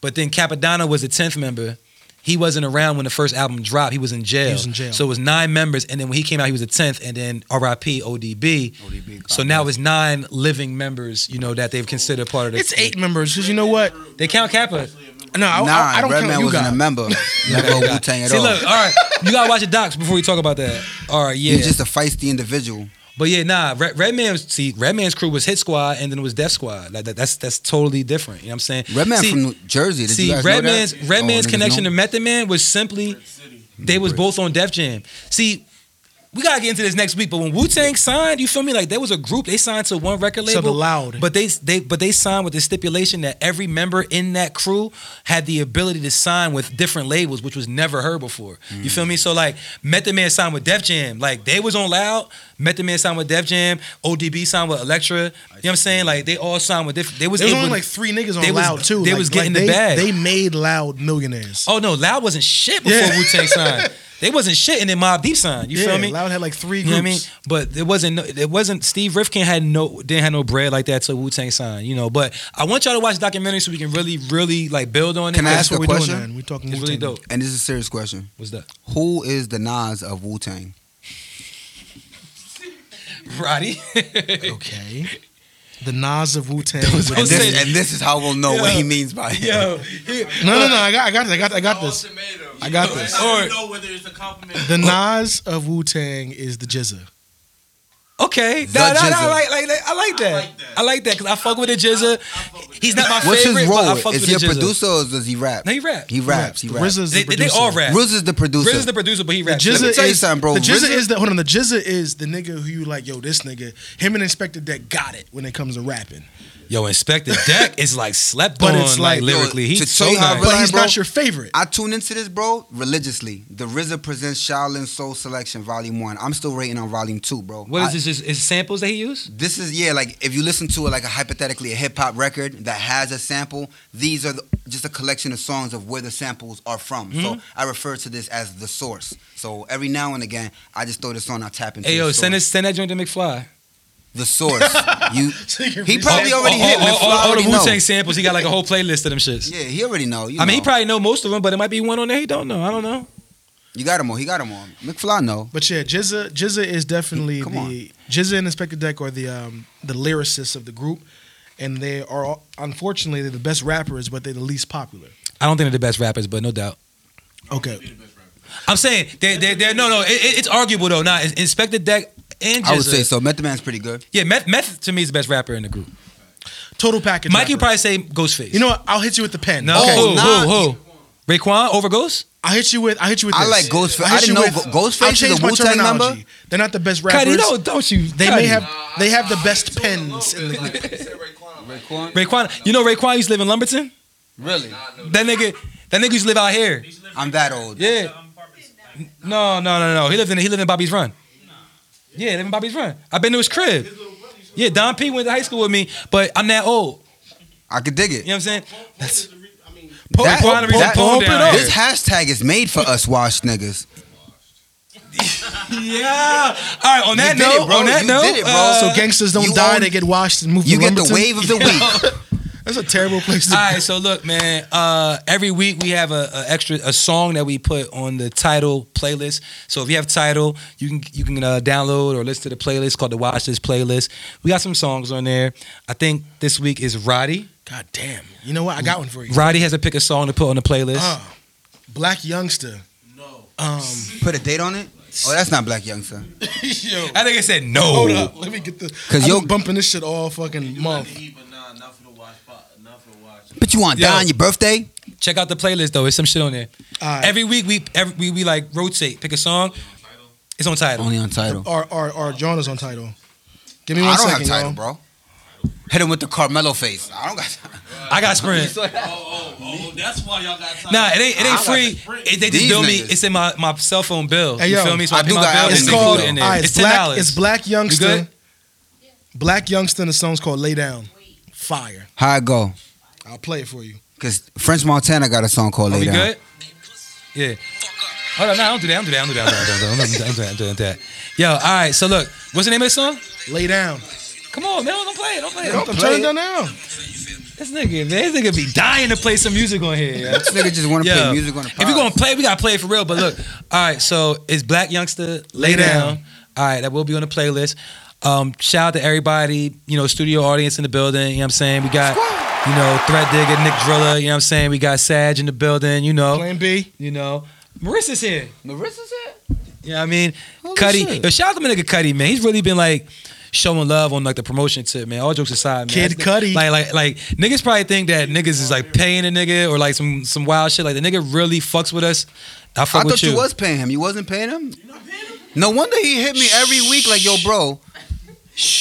S1: but then Capadonna was the tenth member. He wasn't around when the first album dropped. He was in jail.
S2: was in jail.
S1: So it was nine members, and then when he came out, he was the tenth, and then R.I.P. ODB. So now it's nine living members. You know that they've considered part of the.
S2: It's eight members because you know what?
S1: They count Kappa.
S2: No, I,
S3: Nine.
S2: I, I don't
S3: Redman
S2: count you
S3: wasn't a
S2: guys.
S3: member. Never a Wu Tang at
S1: See,
S3: all.
S1: look, all right, you gotta watch the docs before you talk about that. All right, yeah.
S3: He's just a feisty individual.
S1: But yeah, nah. Red, Redman's see, Redman's crew was Hit Squad, and then it was Death Squad. Like that, that's that's totally different. You know what I'm saying?
S3: Redman
S1: see,
S3: from New Jersey. Did you
S1: see
S3: guys know
S1: Redman's
S3: that?
S1: Redman's
S3: Oh, niggas
S1: connection
S3: know?
S1: to Method Man was simply they was both on Def Jam. See. We gotta get into this next week, but when Wu Tang signed, you feel me? Like there was a group they signed to one record label,
S2: Something loud.
S1: but they they but they signed with the stipulation that every member in that crew had the ability to sign with different labels, which was never heard before. You feel
S2: Mm.
S1: me? So like Method Man signed with Def Jam, like they was on Loud. Method Man signed with Def Jam. ODB signed with Elektra. You know what I'm saying? Like they all signed with different. They was
S2: There was
S1: able-
S2: only like three niggas on
S1: they was-
S2: Loud too.
S1: they
S2: Like-
S1: was getting
S2: like
S1: the
S2: they,
S1: bag.
S2: They made Loud millionaires.
S1: Oh no, Loud wasn't shit before
S2: Yeah.
S1: Wu Tang signed. They wasn't shit, and then Mob Deep signed. You
S2: yeah,
S1: feel me?
S2: Loud had like three
S1: you know
S2: groups.
S1: what I mean? But it wasn't. no- It wasn't. Steve Rifkin had no. Didn't have no bread like that till Wu Tang signed. You know. But I want y'all to watch the documentary so we can really, really like build on it.
S3: Can I
S2: That's
S3: ask
S2: what
S3: a
S2: we're
S3: question?
S2: doing. Man. We're talking.
S1: It's really
S2: Wu-Tang.
S1: dope.
S3: And this is a serious question.
S1: What's that?
S3: Who is the Nas of Wu Tang?
S1: Roddy.
S2: Okay. The Nas of Wu Tang.
S1: Don't
S3: And
S1: say
S3: this, and this is how we'll know what
S1: Yo.
S3: he means by it.
S1: Yo.
S2: No, no, no. I got, I got, I got, I got this.
S7: Ultimatum.
S2: I got
S4: So
S2: this.
S4: that's how
S1: Or-
S4: you know whether it's a compliment.
S2: The Nas of Wu Tang is the Jizza.
S1: Okay.
S3: The
S1: No, no, no.
S3: Jizza.
S1: I like, like, like- I like that. I like that because I fuck with the Jizza. He's not my
S3: What's
S1: favorite,
S3: his
S1: but I
S3: role?
S1: fuck
S3: Is
S1: with
S3: he a
S1: the Jizza.
S3: producer or does he rap?
S1: No, he rap.
S3: He raps. He
S2: The
S3: raps.
S2: RZA is the
S1: They, they, they
S2: producer.
S1: all rap.
S3: Riz is the producer.
S1: Riz is the producer, but he
S2: The
S1: raps.
S2: Jizza
S3: me tell you
S2: is
S3: something, bro.
S2: the Jizza
S3: RZA-
S2: is the hold on. The Jizza is the nigga who you like. Yo, this nigga. Him and Inspector Deck got it when it comes to rapping.
S1: Yo, Inspector Deck is like slept
S2: But
S1: on.
S2: it's
S1: like,
S2: like, yo,
S1: lyrically, he's
S3: to
S1: so
S3: tell you how
S1: nice.
S3: But
S2: But
S3: like,
S2: he's
S3: bro,
S2: not your favorite.
S3: I tune into this, bro, religiously. The RZA presents Shaolin Soul Selection Volume One. I'm still rating on Volume Two, bro.
S1: What
S3: I-
S1: is this? Is, is samples that he used?
S3: This is yeah, like if you listen to it, like a hypothetically a hip hop record that has a sample. These are the, just a collection of songs of where the samples are from. So
S1: Mm-hmm.
S3: I refer to this as the source. So every now and again, I just throw this on. I tap into.
S1: Hey, yo,
S3: the
S1: send
S3: source.
S1: this, send that joint to McFly.
S3: The source. you.
S2: So you can
S3: He
S2: read
S3: probably
S2: that.
S3: already
S1: all,
S3: hit.
S1: all-
S3: McFly
S1: all- all
S3: already
S1: oh, the
S3: know.
S1: Wu Tang samples. He got like a whole playlist of them shits.
S3: Yeah, he already know. You
S1: I mean, he
S3: know.
S1: probably know most of them, but it might be one on there he don't know. I don't know.
S3: You got him all. He got him all. McFly know.
S2: But yeah, Jizza Jizza is definitely
S3: Come
S2: the
S3: on.
S2: Jizza and Inspector Deck are the um, the lyricists of the group, and they are all, unfortunately they're the best rappers, but they're the least popular.
S1: I don't think they're the best rappers, but no doubt.
S2: Okay,
S1: I'm saying they they they no no. It, it- it's arguable though. Nah, Inspector Deck and
S3: I would
S1: Jizza-
S3: say so. Method Man's pretty good.
S1: Yeah, Meth, Meth to me is the best rapper in the group.
S2: total package.
S1: Mike, you
S2: rapper.
S1: probably say Ghostface.
S2: you know what? I'll hit you with the pen.
S1: no,
S2: okay.
S1: who,
S3: nah.
S1: who, who? Raekwon over Ghost?
S2: I'll hit you with I hit you with.
S3: I
S2: this.
S3: like Ghostface.
S2: I'll
S3: I
S2: hit
S3: didn't
S2: you
S3: know
S2: with-
S3: Gho- Ghostface
S2: I'll
S3: is
S2: change
S3: a
S2: my
S3: Wu-Tang member?
S2: terminology. They're not the best
S1: Cuddy,
S2: rappers.
S1: no, don't you?
S2: they
S1: Cuddy.
S2: may have they have the best pens in the group.
S1: Raekwon. You know Raekwon used to live in Lumberton.
S3: Really?
S1: That nigga, that nigga used to live out here.
S3: I'm that old.
S1: Yeah. No, no, no, no. He lived in he lived in Bobby's Run. Yeah, he lived in Bobby's Run. I've been to his crib. Yeah, Don P went to high school with me, but I'm that old.
S3: I could dig
S1: You
S3: it.
S1: know what I'm saying?
S3: That-
S1: That's one of the reasons
S3: that-
S1: Paul down here.
S3: This hashtag is made for us wash niggas.
S1: Yeah. All right. On that
S3: did it,
S1: note,
S3: bro.
S1: on that
S3: You
S1: note,
S3: did it, bro.
S1: uh,
S2: so gangsters don't
S3: you
S2: die;
S3: own-
S2: they get washed and moved.
S3: You
S2: to
S3: get the
S2: Lumberton.
S3: wave of the week.
S2: That's a terrible place. to
S1: All right, so look, man. Uh, every week we have a, a extra a song that we put on the title playlist. So if you have title, you can you can uh, download or listen to the playlist called the Watch This playlist. We got some songs on there. I think this week is Roddy.
S2: God damn! You know what? I got one for you.
S1: Roddy has to pick a song to put on the playlist.
S2: Uh, black youngster.
S4: No.
S2: Um,
S3: Put a date on it. Oh, that's not Black Youngster.
S2: yo,
S1: I think I said no.
S2: Oh. hold up. Let me get the. Cause
S3: Cause
S2: yo,
S3: yo-
S2: bumping this shit all fucking
S4: Not
S2: month.
S4: to eat, but nah, not for the watch. but- Not for the watch.
S3: But you want
S1: Yo.
S3: die on your birthday?
S1: Check out the playlist though. There's some shit on there.
S2: All right.
S1: Every week we every we, we like rotate, pick a song. It's on title.
S3: Only on title.
S2: Our our our genre's on title. Give me
S3: I
S2: one
S3: don't
S2: second,
S3: have title,
S2: y'all.
S3: bro. Hit him with the Carmelo face. I don't got time.
S1: I got spread.
S4: Oh, oh, that's why y'all got time.
S1: Nah, it ain't it ain't
S3: I like
S1: free.
S3: it.
S1: It, they just
S3: These
S1: bill me.
S3: niggas.
S1: It's in my, my cell phone bill.
S2: Hey,
S1: you
S2: yo,
S1: feel me? So I,
S3: I
S1: pay
S3: do
S1: my
S3: got
S1: bill.
S3: Alex
S1: and
S2: It's
S1: they
S3: Nick
S2: called.
S1: include it in there.
S2: alright,
S1: It's
S2: it's
S1: ten
S2: black.
S1: dollars.
S2: It's black youngster.
S1: good?
S2: Black youngster. The song's called "Lay Down." Fire.
S3: How it go?
S2: I'll play it for you.
S3: Cause French Montana got a song called
S1: Are
S3: Lay
S1: we
S3: Down.
S1: good? Yeah. Hold on, no, I don't do that. I don't do that. I don't do that. I don't do that. I don't do that. I don't do that. I don't do that. Yo, all right. So look, what's the name of this song?
S2: Lay down.
S1: Come on, man. Don't play it. Don't play it.
S2: I'm turning down now.
S1: This nigga, man, this nigga be dying to play some music on here. yo.
S3: This nigga just want to
S1: Yeah.
S3: play music on the
S1: If you're gonna play, we gotta play it for real. But look, all right. So it's Black Youngster Lay,
S2: Lay
S1: down.
S2: Down.
S1: All right, that will be on the playlist. Um, shout out to everybody, you know, studio audience in the building. You know what I'm saying? We got, you know, Threat Digger, Nick Driller. You know what I'm saying? We got Sag in the building. You know,
S2: Plan B.
S1: you know, Marissa's here.
S10: Marissa's here.
S1: You know what I mean? Cuddy, yo, shout out to my nigga Cuddy, man. He's really been like showing love on like the promotion tip, man. All jokes aside, man.
S2: Kid
S1: That's-
S2: Cudi.
S1: Like, like, like niggas probably think that niggas is like paying a nigga or like some some wild shit. Like the nigga really fucks with us. I
S3: I
S1: fuck
S3: thought
S1: with you.
S3: you. was paying him. You wasn't paying him. No wonder he hit me every week like, yo, bro.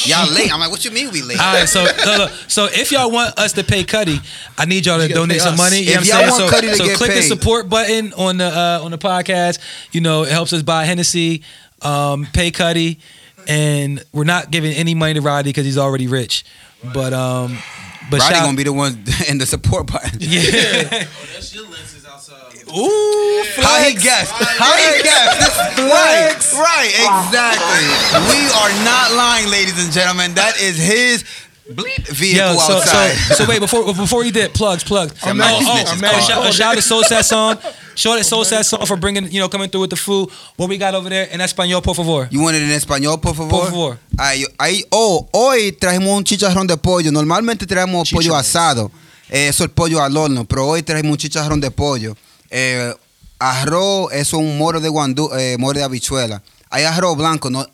S3: Y'all late. I'm like, what you mean we late?
S1: All right, so look, look, so if y'all want us to pay Cuddy, I need y'all to
S2: gotta
S1: donate
S2: pay
S1: some
S2: us.
S1: money. You know
S3: If
S1: what
S3: y'all
S1: I'm
S3: want
S1: saying? so
S3: Cudi to
S1: so
S3: get
S1: click the
S3: paid.
S1: support button on the uh, on the podcast. You know, it helps us buy Hennessy, um, pay Cuddy, and we're not giving any money to Roddy because he's already rich. But um, but
S3: Roddy
S1: shout-
S3: gonna be the one in the support button.
S1: yeah.
S4: Oh, that's your lenses outside.
S1: Ooh,
S3: How he guessed? How he guessed? This right, right, exactly. we are not lying, ladies and gentlemen. That is his bleep vehicle
S1: Yo, so, so,
S3: outside.
S1: so wait before before you did plugs plugs.
S3: I'm mad these bitches
S1: a
S3: called.
S1: shout, a shout out to Soul Sat Song, shout out to Soul Sat Song for bringing you know coming through with the food. What we got over there in Espanol, por favor.
S3: You wanted it en español, por favor?
S1: Por favor.
S3: Ay, ay, oh, hoy trajimos un chicharrón de pollo. Normalmente traemos pollo asado. Eh, Eso es pollo al horno, pero hoy trajimos un chicharrón de pollo. Eh, arroz es un moro de guandú, eh, moro de habichuela. Hay arroz blanco, no.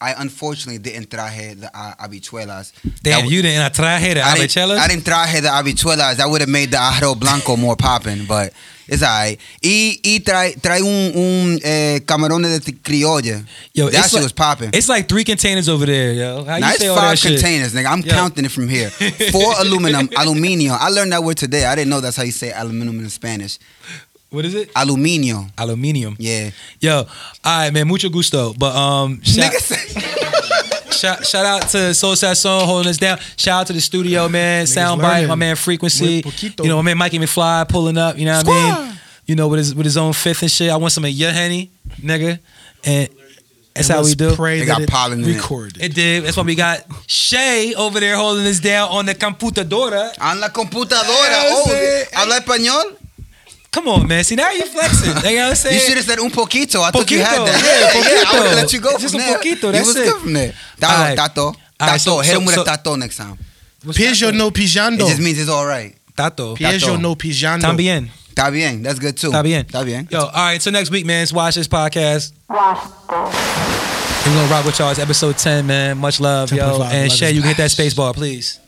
S3: I unfortunately didn't traje the uh, habichuelas. That
S1: Damn,
S3: w-
S1: you didn't. I traje the
S3: I didn't, I
S1: habichuelas.
S3: didn't traje the habichuelas. That would have made the arroz blanco more popping, but it's alright. Y, y trae, trae un, un eh, camarones de t- criolla.
S1: Yo,
S3: that
S1: it's
S3: shit
S1: like-
S3: was popping.
S1: It's like three containers over there, yo. How you
S3: Nice
S1: say all
S3: five
S1: that shit?
S3: containers, nigga. I'm
S1: Yo.
S3: counting it from here. Four aluminum, aluminio. I learned that word today. I didn't know that's how you say aluminum in Spanish.
S1: What is it?
S3: Aluminio.
S1: Aluminium.
S3: Yeah.
S1: Yo, all right, man. Mucho gusto. But um, shout,
S3: Nigga said,
S1: shout, shout out to Soul Sat Song holding us down. Shout out to the studio, man. Soundbite,
S2: learning.
S1: my man Frequency.
S2: Muy poquito.
S1: You know, my man Mikey McFly pulling up. You know what I mean? You know, with his with his own fifth and shit. I want some of your honey, nigga. And that's how we
S2: Let's
S1: do.
S2: Pray
S3: They
S2: that
S3: got
S2: it
S3: pollen in it.
S2: recorded.
S1: It did. That's why we got Shay over there holding us down on the computadora.
S3: "An la computadora. Oh,
S1: eh.
S3: habla español?
S1: Come on, man. See now you flexing. Like, you know what I'm saying?
S3: You should have said un poquito. I thought you
S1: Poquito.
S3: had that.
S1: Yeah,
S3: I would
S1: poquito.
S3: have let you go
S1: Just
S3: from
S1: a
S3: there.
S1: poquito.
S3: You
S1: That's
S3: was
S1: it.
S3: good from there. Tato,
S1: Alright.
S3: tato.
S1: Alright,
S3: Tato.
S1: so-
S3: Hit him
S1: so- Oh.
S3: with
S1: so-
S3: a tato next time.
S1: What's
S2: Pigeon
S1: that?
S2: no
S3: It just
S2: pijando.
S3: means it's all right.
S1: Tato.
S2: Pigeon no pijando.
S1: También.
S3: Está bien. That's good too.
S1: Está bien.
S3: Está bien.
S1: Yo, all right. So next week, man, it's Watch This Podcast. We're going to rock with y'all. It's episode 10, man. Much love, yo.
S2: 10.5,
S1: And
S2: love
S1: Shay,
S2: is
S1: you can hit that
S2: best.
S1: space bar, please.